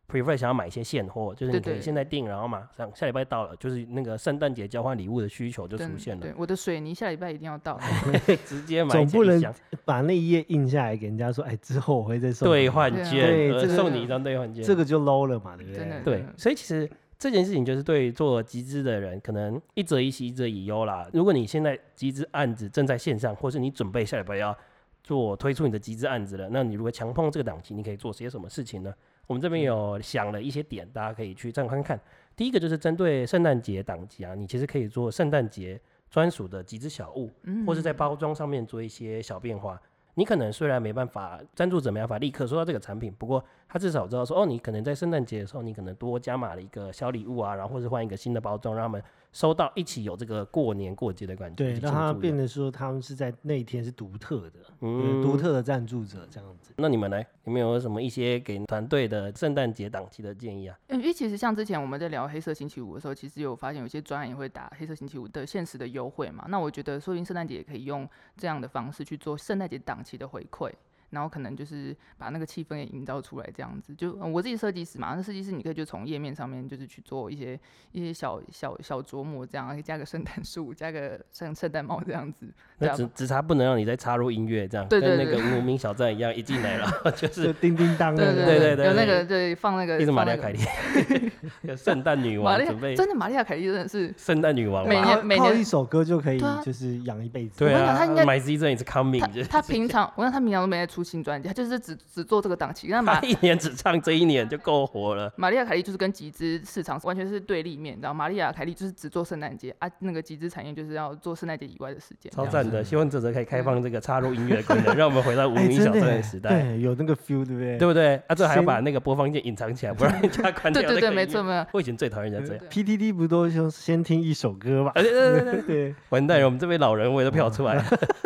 Speaker 1: prefer 想要买一些现货，就是你
Speaker 2: 对
Speaker 1: 可以
Speaker 2: 对
Speaker 1: 现在订，然后马上下礼拜到了，就是那个圣诞节交换礼物的需求就出
Speaker 2: 真
Speaker 1: 现了
Speaker 2: 对，，我的水泥下礼拜一定要 到。
Speaker 1: 直接买
Speaker 3: 总
Speaker 1: 起
Speaker 3: 不
Speaker 1: 一
Speaker 3: 能
Speaker 1: 箱
Speaker 3: 把那一页印下来给人家说，哎，之后我会再送你
Speaker 1: 兑换
Speaker 2: 对啊
Speaker 1: 券，
Speaker 3: 对
Speaker 1: 呃
Speaker 3: 这个
Speaker 1: 送你一张兑换券，
Speaker 3: 这个就 low 了嘛，对不对？
Speaker 2: 真的
Speaker 1: 对，所以其实这件事情就是对做集资的人，可能一则以喜，一则以忧啦。如果你现在集资案子正在线上，或是你准备下礼拜要做推出你的集资案子了，那你如果强碰这个档期，你可以做些什么事情呢？我们这边有想了一些点，大家可以去参考看看。第一个就是针对圣诞节档期啊，你其实可以做圣诞节专属的集资小物，
Speaker 2: 嗯，
Speaker 1: 或是在包装上面做一些小变化。你可能虽然没办法，赞助者没办法立刻收到这个产品，不过他至少知道说，哦，你可能在圣诞节的时候，你可能多加码了一个小礼物啊，然后或是换一个新的包装，让他们收到一起有这个过年过节的感觉。一
Speaker 3: 对，
Speaker 1: 起
Speaker 3: 让
Speaker 1: 庆
Speaker 3: 它
Speaker 1: 祝的
Speaker 3: 变得说他们是在那一天是独特的，
Speaker 1: 嗯
Speaker 3: 嗯，独特的赞助者这样子。
Speaker 1: 那你们呢？你们有什么一些给团队的圣诞节档期的建议啊？
Speaker 2: 嗯，因为其实像之前我们在聊黑色星期五的时候，其实有发现有些专案也会打黑色星期五的限时的优惠嘛。那我觉得说不定圣诞节也可以用这样的方式去做圣诞节档期的回馈，然后可能就是把那个气氛也营造出来，这样子。就、嗯我自己设计师嘛，那设计师你可以就从页面上面就是去做一些一些小小小琢磨，这样可以加个圣诞树，加个圣圣诞帽这样子。对
Speaker 1: 那
Speaker 2: 啊
Speaker 1: 只只差不能让你再插入音乐，这样
Speaker 2: 对对
Speaker 1: 跟那
Speaker 2: 对
Speaker 1: 个无名小站一样，一进来然后 就
Speaker 3: 就是叮叮当的，
Speaker 1: 对
Speaker 2: 对
Speaker 1: 对对
Speaker 2: 有
Speaker 1: 对
Speaker 2: 那个对放那个
Speaker 1: 一直玛
Speaker 2: 放
Speaker 1: 利亚
Speaker 2: 那个
Speaker 1: 凯莉， 有圣诞女
Speaker 2: 玛
Speaker 1: 王
Speaker 2: 利
Speaker 1: 准备
Speaker 2: 亚真的玛利亚凯莉真的是
Speaker 1: 圣诞女王
Speaker 2: 每
Speaker 1: 嘛
Speaker 2: 年
Speaker 3: 靠靠一首歌就可以
Speaker 2: 对啊
Speaker 3: 就是养一辈子。
Speaker 1: 对
Speaker 2: 我跟你讲他
Speaker 1: 啊
Speaker 2: 应该
Speaker 1: ，My Season is coming，
Speaker 2: 他
Speaker 1: 就是
Speaker 2: 他平常，我看他平常都没在出新专辑，他就是只只做这个档期。那
Speaker 1: 他
Speaker 2: 玛
Speaker 1: 一年只唱这一年就够火了。
Speaker 2: 玛利亚凯莉就是跟集资市场完全是对立面，然后玛利亚凯莉就是只做圣诞节啊，那个集资产业就是要做圣诞节以外的事件。
Speaker 1: 超
Speaker 2: 这样
Speaker 1: 赞的，
Speaker 3: 子
Speaker 1: 希望泽泽可以开放这个插入音乐的功能，让我们回到无
Speaker 3: 哎，
Speaker 1: 名
Speaker 3: 真
Speaker 1: 小
Speaker 3: 的
Speaker 1: 站
Speaker 3: 耶
Speaker 1: 的时代，
Speaker 3: 对，有那个 feel，对不对？
Speaker 1: 对不对？啊，最后还要
Speaker 3: 先
Speaker 1: 把那个播放键隐藏起来，不让人家关掉。
Speaker 2: 对对对，没错。没错。
Speaker 1: 我以前最讨厌人家这样。
Speaker 2: 对
Speaker 3: PTT 不都先先听一首歌嘛？
Speaker 1: 哎对对对对，
Speaker 3: 对，
Speaker 1: 完蛋了，我们这边老人我也都票出来了。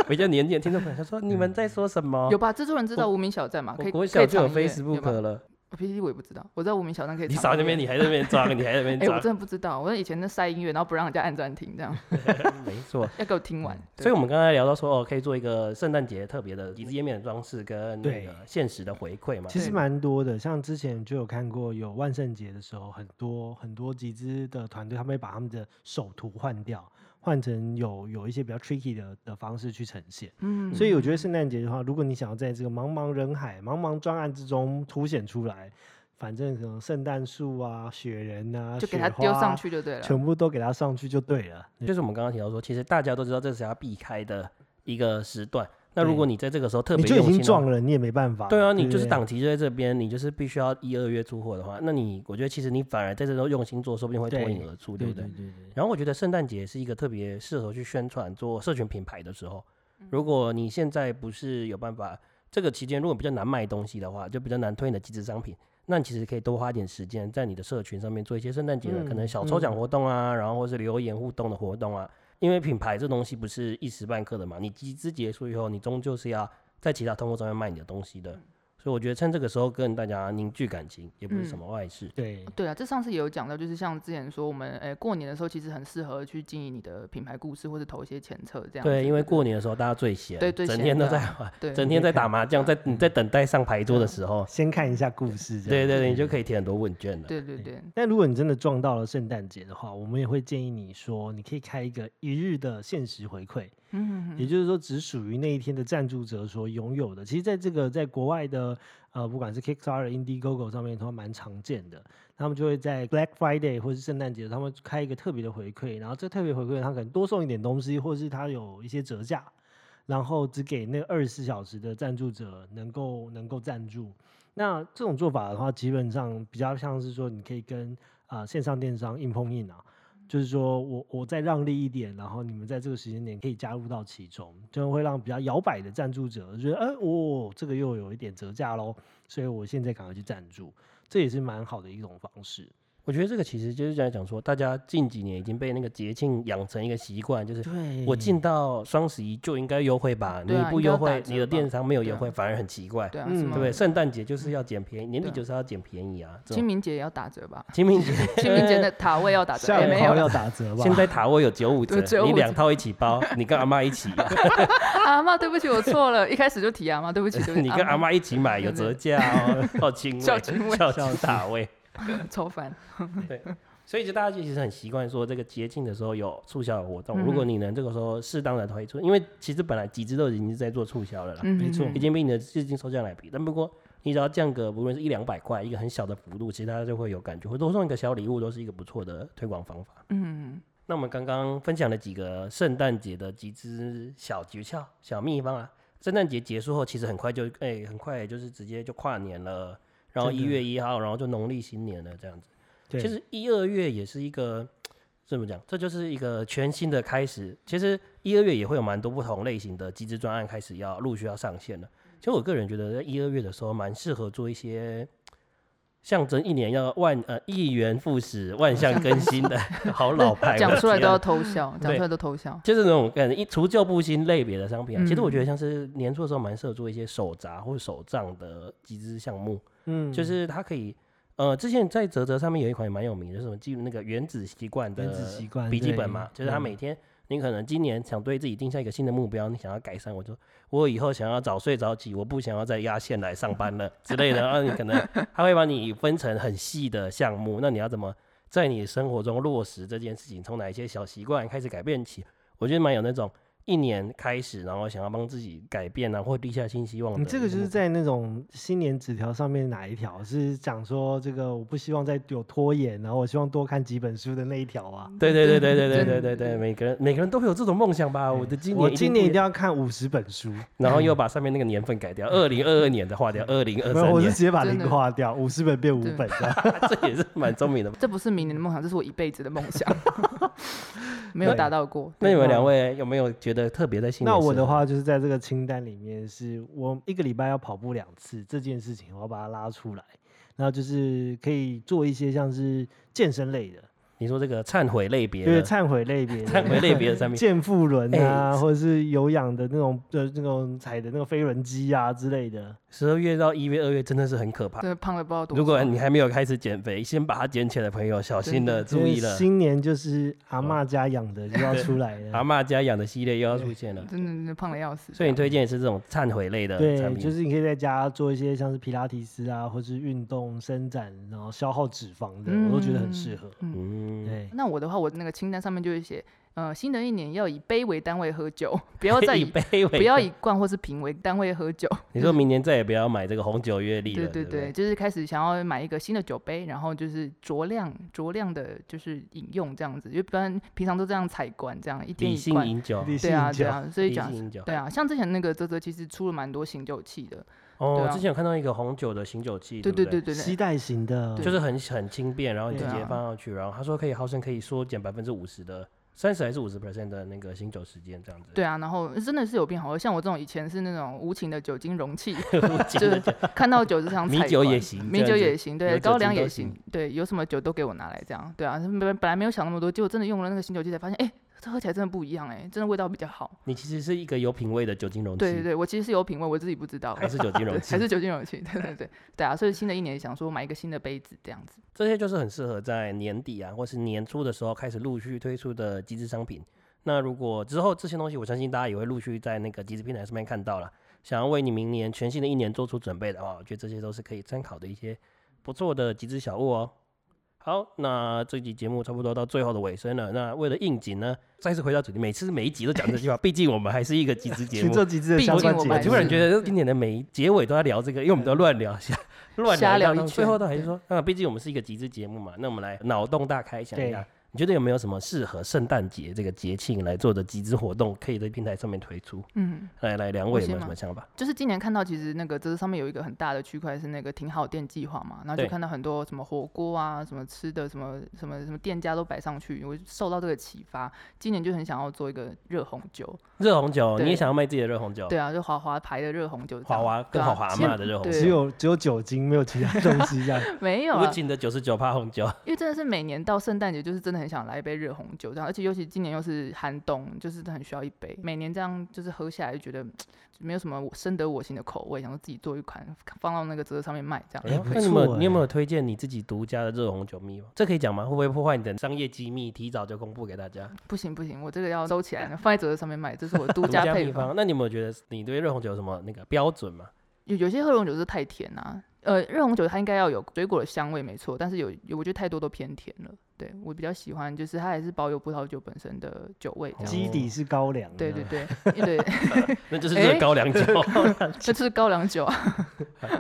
Speaker 1: 比较年纪的听众朋友他说：“你们在说什么
Speaker 2: 有吧？制作人知道无名小站嘛？可
Speaker 1: 我
Speaker 2: 以
Speaker 1: 国
Speaker 2: 可
Speaker 1: 小
Speaker 2: 以
Speaker 1: 就有
Speaker 2: 藏音乐有
Speaker 1: Facebook
Speaker 2: 吧
Speaker 1: 了，
Speaker 2: PPT 我也不知道，我知道无名小站可以
Speaker 1: 你
Speaker 2: 藏
Speaker 1: 少在那
Speaker 2: 留
Speaker 1: 边，
Speaker 2: 言
Speaker 1: 你还在那边抓，你还在那边
Speaker 2: 哎、我
Speaker 1: 抓，
Speaker 2: 真的不知道，我以前那塞音乐，然后不让人家按暂停，这样
Speaker 1: 没错。啊
Speaker 2: 要给我听完。对
Speaker 1: 所以，我们刚才聊到说，哦，可以做一个圣诞节特别的底子页面的装饰跟那
Speaker 3: 对
Speaker 1: 个现实的回馈嘛。
Speaker 3: 其实
Speaker 2: 对
Speaker 3: 蛮多的，像之前就有看过，有万圣节的时候，很多很多集资的团队，他们会把他们的首图换掉，换成有有一些比较 tricky 的的方式去呈现。
Speaker 2: 嗯
Speaker 3: 所以我觉得圣诞节的话，如果你想要在这个茫茫人海、茫茫专案之中凸显出来，反正什么圣诞树啊、雪人啊，
Speaker 2: 就给
Speaker 3: 雪
Speaker 2: 它丢
Speaker 3: 花
Speaker 2: 上
Speaker 3: 啊，
Speaker 2: 去就对了。
Speaker 3: 全部都给它上去就对了。
Speaker 1: 就是我们刚刚提到说，其实大家都知道这是要避开的一个时段。那如果你在这个时候特
Speaker 3: 你
Speaker 1: 别
Speaker 3: 就已
Speaker 1: 用心
Speaker 3: 经
Speaker 1: 的话
Speaker 3: 撞了，你也没办法了。
Speaker 1: 对啊，你就是
Speaker 3: 不对
Speaker 1: 档期就在这边，你就是必须要一二月出货的话，那你我觉得其实你反而在这时候用心做，说不定会脱颖而出，对
Speaker 3: 对
Speaker 1: 不
Speaker 3: 对
Speaker 1: 对？
Speaker 3: 对对。
Speaker 1: 然后我觉得圣诞节是一个特别适合去宣传做社群品牌的时候。如果你现在不是有办法，这个期间如果比较难卖东西的话，就比较难推你的极致商品，那你其实可以多花一点时间在你的社群上面做一些圣诞节的、可能
Speaker 3: 嗯
Speaker 1: 小抽奖
Speaker 3: 嗯
Speaker 1: 活动啊，然后或是留言互动的活动啊。因为品牌这东西不是一时半刻的嘛，你集资结束以后，你终究是要在其他通货上面卖你的东西的，所以我觉得趁这个时候跟大家凝聚感情也不是什
Speaker 2: 嗯
Speaker 1: 么坏事。
Speaker 3: 对
Speaker 2: 对啊，这上次也有讲到，就是像之前说我们诶、过年的时候，其实很适合去经营你的品牌故事，或者投一些前测这样子。
Speaker 1: 对，因为过年的时候大家最闲，
Speaker 2: 对最
Speaker 1: 整
Speaker 2: 闲
Speaker 1: 天都
Speaker 2: 的
Speaker 1: 在
Speaker 2: 对
Speaker 1: 整天在打麻将，在你
Speaker 2: 嗯
Speaker 1: 在等待上牌桌的时候，
Speaker 3: 先看一下故事，
Speaker 2: 啊
Speaker 3: 这
Speaker 1: 对
Speaker 3: 样
Speaker 1: 对
Speaker 3: 子
Speaker 1: 对，你就可以填很多问卷了。
Speaker 2: 嗯对对对，
Speaker 3: 但如果你真的撞到了圣诞节的话，我们也会建议你说，你可以开一个一日的限时回馈，
Speaker 2: 嗯，
Speaker 3: 也就是说只属于那一天的赞助者所拥有的。其实，在这个在国外的呃，不管是 Kickstarter、Indiegogo 上面，它蛮常见的。他们就会在 Black Friday 或是圣诞节，他们开一个特别的回馈，然后这个特别回馈，他可能多送一点东西，或是他有一些折价，然后只给那二十四小时的赞助者能够能够赞助。那这种做法的话，基本上比较像是说，你可以跟啊、呃线上电商硬碰硬啊，就是说我我再让利一点，然后你们在这个时间点可以加入到其中，就会让比较摇摆的赞助者觉得，哎、哦，这个又有一点折价喽，所以我现在赶快去赞助，这也是蛮好的一种方式。
Speaker 1: 我觉得这个其实就是在讲说，大家近几年已经被那个节庆养成一个习惯，就是
Speaker 3: 对
Speaker 1: 我进到双十一就应该优惠吧，你
Speaker 2: 对啊
Speaker 1: 不
Speaker 2: 应
Speaker 1: 优
Speaker 2: 该要打
Speaker 1: 惠，
Speaker 2: 折
Speaker 1: 你的
Speaker 2: 吧
Speaker 1: 电商没有优
Speaker 2: 对啊
Speaker 1: 惠，反而很奇怪，
Speaker 2: 对啊，
Speaker 3: 嗯
Speaker 2: 什
Speaker 1: 对
Speaker 2: 么
Speaker 1: 不对？圣诞节就是要捡便宜，年底
Speaker 2: 对啊
Speaker 1: 就是要捡便宜啊。这
Speaker 2: 清
Speaker 1: 种
Speaker 2: 明节也要打 折吧？
Speaker 1: 清明节，
Speaker 2: 清明节的塔位要打折，
Speaker 3: 下
Speaker 2: 也、
Speaker 3: 午
Speaker 2: 没有
Speaker 3: 要
Speaker 2: 了。
Speaker 3: 打折吧？
Speaker 1: 现在塔位有九五折
Speaker 2: 对，九
Speaker 1: 你
Speaker 2: 五
Speaker 1: 两
Speaker 2: 折
Speaker 1: 套一起包，你跟阿妈一起，
Speaker 2: 阿妈，对不起，我错了，一开始就提阿妈，对不 起，对不起，
Speaker 1: 你跟阿
Speaker 2: 嬷
Speaker 1: 妈一起买有
Speaker 2: 对
Speaker 1: 折价哦，叫亲
Speaker 2: 叫
Speaker 1: 卫，
Speaker 2: 亲卫
Speaker 1: 叫亲塔位。
Speaker 2: 超烦。
Speaker 1: 所以就大家其实很习惯说这个节庆的时候有促销的活
Speaker 2: 嗯
Speaker 1: 动，如果你能这个时候适当的推出，因为其实本来几只都已经是在做促销了啦，
Speaker 2: 嗯，
Speaker 3: 没错
Speaker 2: 嗯
Speaker 1: 已经比你的日经售价来比，但不过你只要降个无论是一两百块，一个很小的幅度，其实大家就会有感觉，或多送一个小礼物都是一个不错的推广方法。
Speaker 2: 嗯，
Speaker 1: 那我们刚刚分享了几个圣诞节的集资小诀窍、小秘方啊。圣诞节结束后，其实很快就哎、很快就是直接就跨年了，然后
Speaker 3: 真
Speaker 1: 一
Speaker 3: 的
Speaker 1: 月一号，然后就农历新年了，这样子。
Speaker 3: 对
Speaker 1: 其实一二月也是一个怎么讲？这就是一个全新的开始。其实一二月也会有蛮多不同类型的集资专案开始要陆续要上线了。其实我个人觉得，在一二月的时候，蛮适合做一些象征一年要万呃一元复始、万象更新 的好老牌。
Speaker 2: 讲出来都要
Speaker 1: 要
Speaker 2: 偷笑，讲
Speaker 1: 对
Speaker 2: 出来都偷笑。
Speaker 1: 就是那种感觉一除旧布新类别的商品啊。其实我
Speaker 2: 嗯
Speaker 1: 觉得像是年初的时候，蛮适合做一些手札或者手账的集资项目。
Speaker 3: 嗯
Speaker 1: 就是它可以，呃，之前在泽泽上面有一款也蛮有名的，就是什么记录那个原子习惯
Speaker 3: 原子
Speaker 1: 的
Speaker 3: 习惯
Speaker 1: 笔记本
Speaker 3: 对嗯
Speaker 1: 嘛，就是它每天。你可能今年想对自己定下一个新的目标，你想要改善，我就我以后想要早睡早起，我不想要再压线来上班 了之类的。然后你可能他会把你分成很细的项目，那你要怎么在你生活中落实这件事情？从哪一些小习惯开始改变起？我觉得蛮有那种一年开始，然后想要帮自己改变啊，或立下新希望的。
Speaker 3: 你这个就是在那种新年纸条上面哪一条是讲说这个我不希望再有拖延，然后我希望多看几本书的那一条啊？
Speaker 1: 对对对对对对
Speaker 2: 真
Speaker 1: 对
Speaker 2: 的
Speaker 1: 对对，每个人每个人都会有这种梦想吧？我的今年
Speaker 3: 我今年一
Speaker 1: 不
Speaker 3: 定要看五十本书，
Speaker 1: 然后又把上面那个年份改掉，二零二二年的划掉，二零二
Speaker 3: 嗯没有，
Speaker 1: 三
Speaker 3: 我是
Speaker 1: 年
Speaker 3: 直，接把
Speaker 2: 真
Speaker 3: 零
Speaker 2: 的
Speaker 3: 划掉，五十本变五
Speaker 2: 对
Speaker 3: 本这样。
Speaker 1: 这也是蛮聪 明的。
Speaker 2: 这不是明年的梦想，这是我一辈子的梦 想，没有达到过。
Speaker 1: 那你们两位有没有觉得特别在新年？
Speaker 3: 啊那我的，话就是在这个清单里面，是我一个礼拜要跑步两次这件事情，我要把它拉出来。然后就是可以做一些像是健身类的，
Speaker 1: 你说这个忏悔类别
Speaker 3: 对
Speaker 1: 的，
Speaker 3: 忏悔类别的，
Speaker 1: 忏悔类别的产 品，
Speaker 3: 健腹轮啊，
Speaker 1: 哎
Speaker 3: 或者是有氧的那种的那种踩的那个飞轮机啊之类的。
Speaker 1: 十二月到一月、二月真的是很可怕。
Speaker 2: 对，胖了不知道多少。
Speaker 1: 如果你还没有开始减肥，先把它捡起来的朋友小心了，
Speaker 3: 因
Speaker 1: 注
Speaker 3: 为
Speaker 1: 意了，哦
Speaker 3: 新年就是阿嬷家养的就要出来
Speaker 1: 阿
Speaker 3: 了。
Speaker 1: 嬷家养的系列又要出现了。
Speaker 2: 真的真的胖的要死，
Speaker 1: 所以你推荐的是这种忏悔类的产
Speaker 3: 对，
Speaker 1: 品，
Speaker 3: 就是你可以在家做一些像是皮拉提斯啊，或是运动伸展，然后消耗脂肪的，我都觉得很适合。
Speaker 2: 嗯。
Speaker 1: 嗯，
Speaker 3: 对，
Speaker 2: 那我的话，我那个清单上面就会写，呃，新的一年要以杯为单位喝酒，不要再
Speaker 1: 以
Speaker 2: 以
Speaker 1: 卑微，
Speaker 2: 不要以罐或是瓶为单位喝酒。
Speaker 1: 你说明年再也不要买这个红酒月历
Speaker 2: 对
Speaker 1: 了，
Speaker 2: 嗯对
Speaker 1: 不
Speaker 2: 对，就是开始想要买一个新的酒杯，然后就是酌量酌量的，就是饮用这样子，因为不然平常都这样采罐，这样一天
Speaker 1: 理
Speaker 2: 一
Speaker 1: 性
Speaker 2: 罐。
Speaker 1: 饮酒，
Speaker 3: 理性
Speaker 2: 对啊
Speaker 3: 饮酒
Speaker 2: 对啊，所以
Speaker 1: 理
Speaker 2: 讲
Speaker 1: 性饮酒。
Speaker 2: 对啊，像之前那个泽泽其实出了蛮多醒酒器的，
Speaker 1: 哦，
Speaker 2: 对啊
Speaker 1: 之前有看到一个红酒的醒酒器，
Speaker 2: 对
Speaker 1: 对
Speaker 2: 对
Speaker 1: 不
Speaker 2: 对对
Speaker 3: 吸
Speaker 2: 对，
Speaker 3: 带型的，
Speaker 1: 对，就是很很轻便，然后你直
Speaker 2: 对
Speaker 1: 接
Speaker 2: 啊
Speaker 1: 放上去，然后他说可以毫升可以缩减百分之五十的，三十还是五十 percent 的那个醒酒时间这样子。
Speaker 2: 对啊，然后真的是有变好，像我这种以前是那种无情的酒精容器，
Speaker 1: 我记
Speaker 2: 就
Speaker 1: 得
Speaker 2: 是看到酒就想
Speaker 1: 米
Speaker 2: 采
Speaker 1: 酒也
Speaker 2: 罐
Speaker 1: 行嗯这
Speaker 2: 米
Speaker 1: 样
Speaker 2: 酒
Speaker 1: 子
Speaker 2: 也行，
Speaker 1: 有
Speaker 2: 对，
Speaker 1: 酒精
Speaker 2: 高粱
Speaker 1: 都
Speaker 2: 也
Speaker 1: 行
Speaker 2: 行，对，有什么酒都给我拿来这样，对啊，本本来没有想那么多，结果真的用了那个醒酒器才发现，哎、这喝起来真的不一样、哎，真的味道比较好。
Speaker 1: 你其实是一个有品味的酒精容器，
Speaker 2: 对对对，我其实是有品味，我自己不知道，
Speaker 1: 还是酒精容
Speaker 2: 对
Speaker 1: 器，
Speaker 2: 还是酒精容器，对对对对啊，所以新的一年想说买一个新的杯子这样子，
Speaker 1: 这些就是很适合在年底啊，或是年初的时候开始陆续推出的极致商品。那如果之后这些东西，我相信大家也会陆续在那个极致平台上面看到了。想要为你明年全新的一年做出准备的话，我觉得这些都是可以参考的一些不错的极致小物哦。好，那这集节目差不多到最后的尾声了。那为了应景呢，再次回到主题，每次每一集都讲这句话，毕竟我们还是一个极致节
Speaker 3: 去
Speaker 1: 目。
Speaker 3: 做极致的相
Speaker 2: 毕竟
Speaker 3: 关
Speaker 2: 我们
Speaker 3: 节
Speaker 1: 我
Speaker 2: 还
Speaker 3: 目。
Speaker 1: 突然觉得今年的每一结尾都在聊这个，因为我们都乱聊下， 乱
Speaker 2: 哎瞎
Speaker 1: 聊
Speaker 2: 聊
Speaker 1: 一
Speaker 2: 一
Speaker 1: 趟
Speaker 2: 圈
Speaker 1: 最后都还是
Speaker 2: 对
Speaker 1: 说，啊，毕竟我们是一个极致节目嘛，那我们来脑洞大开想一
Speaker 3: 对
Speaker 1: 下，你觉得有没有什么适合圣诞节这个节庆来做的极致活动，可以在平台上面推出？
Speaker 2: 嗯，
Speaker 1: 来来，两
Speaker 2: 我
Speaker 1: 位有没
Speaker 2: 先
Speaker 1: 有什
Speaker 2: 吗
Speaker 1: 么想法？
Speaker 2: 就是今年看到其实那个这上面有一个很大的区块是那个挺好店计划嘛，然后
Speaker 1: 对
Speaker 2: 就看到很多什么火锅啊、什么吃的、什么什么什么店家都摆上去，我就受到这个启发，今年就很想要做一个热红酒，
Speaker 1: 热红酒，
Speaker 2: 对
Speaker 1: 你也想要卖自己的热红酒？
Speaker 2: 对啊，就华华牌的热红酒这
Speaker 1: 华
Speaker 2: 样，
Speaker 1: 华
Speaker 2: 对
Speaker 1: 跟
Speaker 2: 啊
Speaker 1: 好华
Speaker 2: 其实
Speaker 1: 嘛的热红
Speaker 2: 对
Speaker 1: 酒，
Speaker 3: 只有只有酒精，没有其他东西这样。
Speaker 2: 没有
Speaker 1: 无
Speaker 2: 啊，
Speaker 1: 情的九十九趴红酒，
Speaker 2: 因为真的是每年到圣诞节，就是真的很想来一杯热红酒这样，而且尤其今年又是寒冬，就是很需要一杯。每年这样就是喝下来就觉得嗯没有什么深得我心的口味，想说自己做一款放到那个折子上面卖这
Speaker 1: 哎
Speaker 2: 样。
Speaker 3: 不
Speaker 1: 那你们
Speaker 3: 错
Speaker 1: 你有
Speaker 3: 哎
Speaker 1: 没有推荐你自己独家的热红酒秘方？这可以讲吗？会不会破坏你的商业机密？提早就公布给大家。
Speaker 2: 不行不行，我这个要收起来，放在折子上面卖，这是我独
Speaker 1: 独家
Speaker 2: 家配
Speaker 1: 配
Speaker 2: 方。
Speaker 1: 方。那你有没有觉得你对热红酒有什么那个标准吗？
Speaker 2: 有有些热红酒是太甜啊，呃，热红酒它应该要有水果的香味没错，但是有有我觉得太多都偏甜了。对我比较喜欢就是它还是保有葡萄酒本身的酒味这样。
Speaker 3: 基底是高
Speaker 1: 嗯
Speaker 3: 粱，啊
Speaker 2: 对对，对，对，
Speaker 1: 那就是
Speaker 2: 哎
Speaker 1: 热高 粱酒，
Speaker 2: 这就是高粱酒啊。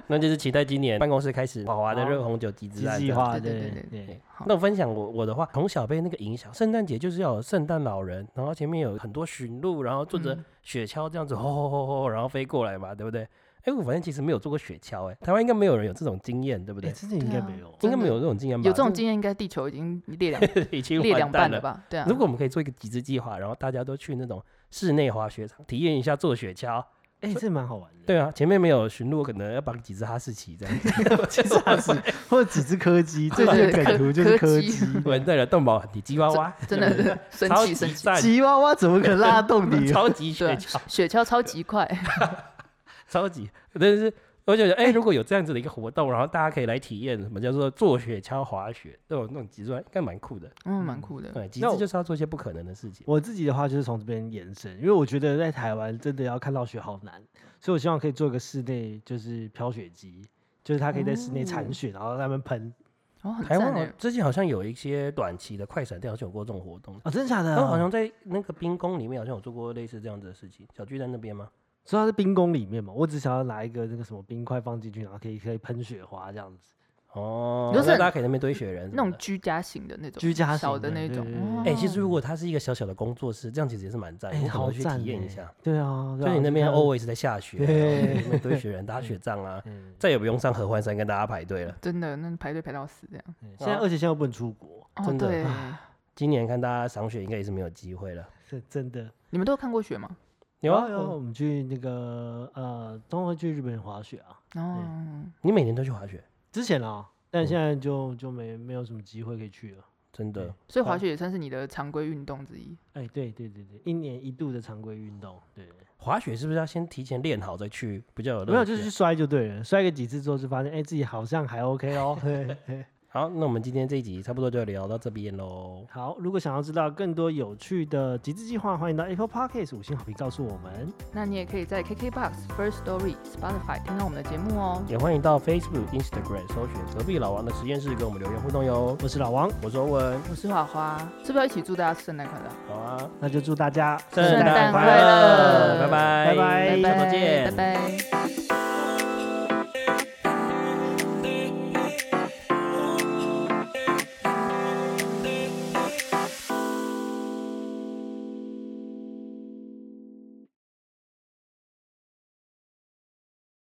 Speaker 1: 那就是期待今年办公室开始华华的
Speaker 2: 哦
Speaker 3: 好
Speaker 1: 热红酒集资
Speaker 3: 极
Speaker 1: 案
Speaker 3: 致
Speaker 1: 这样
Speaker 3: 化，
Speaker 2: 对
Speaker 3: 对
Speaker 2: 对对对
Speaker 3: 对。
Speaker 2: 好
Speaker 1: 那我分享我我的话，从小被那个影响，圣诞节就是要有圣诞老人，然后前面有很多驯鹿，然后坐着
Speaker 2: 嗯
Speaker 1: 雪橇这样子吼吼吼吼，然后飞过来嘛，对不对？哎，我发现其实没有坐过雪橇，哎，台湾应该没有人有这种经验，对不
Speaker 3: 哎，
Speaker 1: 对？
Speaker 3: 真的应该没有。
Speaker 1: 应该
Speaker 2: 真的
Speaker 1: 没有这种经验吧？
Speaker 2: 有这种经验，应该地球已经列两
Speaker 1: 验 已经
Speaker 2: 列
Speaker 1: 完
Speaker 2: 两
Speaker 1: 蛋
Speaker 2: 半
Speaker 1: 了
Speaker 2: 了。吧？对啊，
Speaker 1: 如果我们可以做一个集资计划，然后大家都去那种室内滑雪场体验一下坐雪橇，
Speaker 3: 哎，这蛮好玩的。
Speaker 1: 对啊，前面没有巡逻，可能要绑几只哈士奇这 样子。
Speaker 3: 其实还 是或者几只柯基，最近的
Speaker 2: 对
Speaker 3: 梗图就是柯
Speaker 2: 柯
Speaker 3: 基
Speaker 2: 基。
Speaker 1: 完蛋了，动保很低，吉娃娃
Speaker 2: 真的是 生
Speaker 1: 超级
Speaker 2: 气生气，
Speaker 1: 赞，
Speaker 3: 吉娃娃怎么可能拉得 动你？
Speaker 1: 超级
Speaker 2: 对
Speaker 1: 雪
Speaker 2: 啊
Speaker 1: 橇，
Speaker 2: 雪橇超级 快，
Speaker 1: 超级，但是。我就觉得，哎、如果有这样子的一个活动，然后大家可以来体验什么叫做坐雪橇滑雪，这种那种极端应该蛮酷的。
Speaker 2: 嗯，蛮酷的。
Speaker 1: 对，极
Speaker 3: 那
Speaker 1: 致
Speaker 3: 我
Speaker 1: 就是要做一些不可能的事情。
Speaker 3: 我自己的话就是从这边延伸，因为我觉得在台湾真的要看到雪好难，所以我希望可以做一个室内就是飘雪机，就是它可以在室内铲雪，然后在那边喷。
Speaker 2: 哦，很
Speaker 1: 台湾
Speaker 2: 赞
Speaker 1: 好
Speaker 2: 诶，
Speaker 1: 之前好像有一些短期的快闪店好像有过这种活动，
Speaker 3: 哦，真的假
Speaker 2: 嗯
Speaker 3: 的？
Speaker 1: 他们好像在那个冰宫里面好像有做过类似这样子的事情。小巨蛋那边吗？
Speaker 3: 说它是冰宫里面嘛，我只想要拿一个那个什么冰块放进去，然后可以可以喷雪花这样子。
Speaker 1: 哦，
Speaker 2: 就是
Speaker 1: 那大家可以在那边堆雪人什么的，
Speaker 2: 那种居家型的那种，
Speaker 3: 居家型
Speaker 2: 小
Speaker 3: 的
Speaker 2: 那
Speaker 3: 对
Speaker 2: 种
Speaker 3: 对对。
Speaker 1: 哎、
Speaker 2: 哦
Speaker 1: 其实如果它是一个小小的工作室，这样其实也是蛮赞的，
Speaker 3: 嗯哎、
Speaker 1: 你可
Speaker 3: 好
Speaker 1: 能去
Speaker 3: 赞
Speaker 1: 体验
Speaker 3: 欸
Speaker 1: 一下。。
Speaker 3: 对啊，对
Speaker 1: 所以
Speaker 3: 啊
Speaker 1: 你那边
Speaker 3: 就看
Speaker 1: always 在下雪啊，
Speaker 3: 对
Speaker 1: 然后那边 堆雪人、打雪仗啊，
Speaker 3: 嗯，
Speaker 1: 再也不用上合欢山跟大家排队了。
Speaker 2: 真的，那排队排到死这样。
Speaker 3: 嗯现
Speaker 1: 哦
Speaker 3: 在而且现在又不能出国，
Speaker 2: 哦，
Speaker 1: 真的
Speaker 2: 对，
Speaker 1: 今年看大家赏雪应该也是没有机会了。
Speaker 3: 是真的。
Speaker 2: 你们都有看过雪吗？
Speaker 1: 有啊，
Speaker 3: 有啊，我
Speaker 1: 嗯
Speaker 3: 们去那个呃，都会去日本滑雪啊。
Speaker 2: 哦，
Speaker 1: 你每年都去滑雪，
Speaker 3: 之前啊，但
Speaker 1: 嗯
Speaker 3: 现在就就没没有什么机会可以去了。
Speaker 1: 真的。
Speaker 2: 所以滑
Speaker 3: 好
Speaker 2: 雪也算是你的常规运动之一。
Speaker 3: 哎，对对对对，一年一度的常规运动，对，
Speaker 1: 滑雪是不是要先提前练好再去比较有乐趣啊？
Speaker 3: 没有就是去摔就对了，摔个几次之后就发现，哎，自己好像还 OK 哦。对
Speaker 1: 好，那我们今天这一集差不多就聊到这边喽。
Speaker 3: 好，如果想要知道更多有趣的极致计划，欢迎到 Apple Podcast 五星好评告诉我们。
Speaker 2: 那你也可以在 KKBox、First Story、Spotify 听到我们的节目哦。
Speaker 1: 也欢迎到 Facebook、Instagram 搜寻“隔壁老王的实验室”跟我们留言互动哟。
Speaker 3: 我是老王，
Speaker 1: 我是欧文，
Speaker 2: 我是华华，是不是要一起祝大家圣诞快乐？
Speaker 1: 好啊，
Speaker 3: 那就祝大家
Speaker 2: 圣诞快乐
Speaker 1: 拜拜，
Speaker 3: 拜拜
Speaker 1: 下周见，
Speaker 2: 拜拜。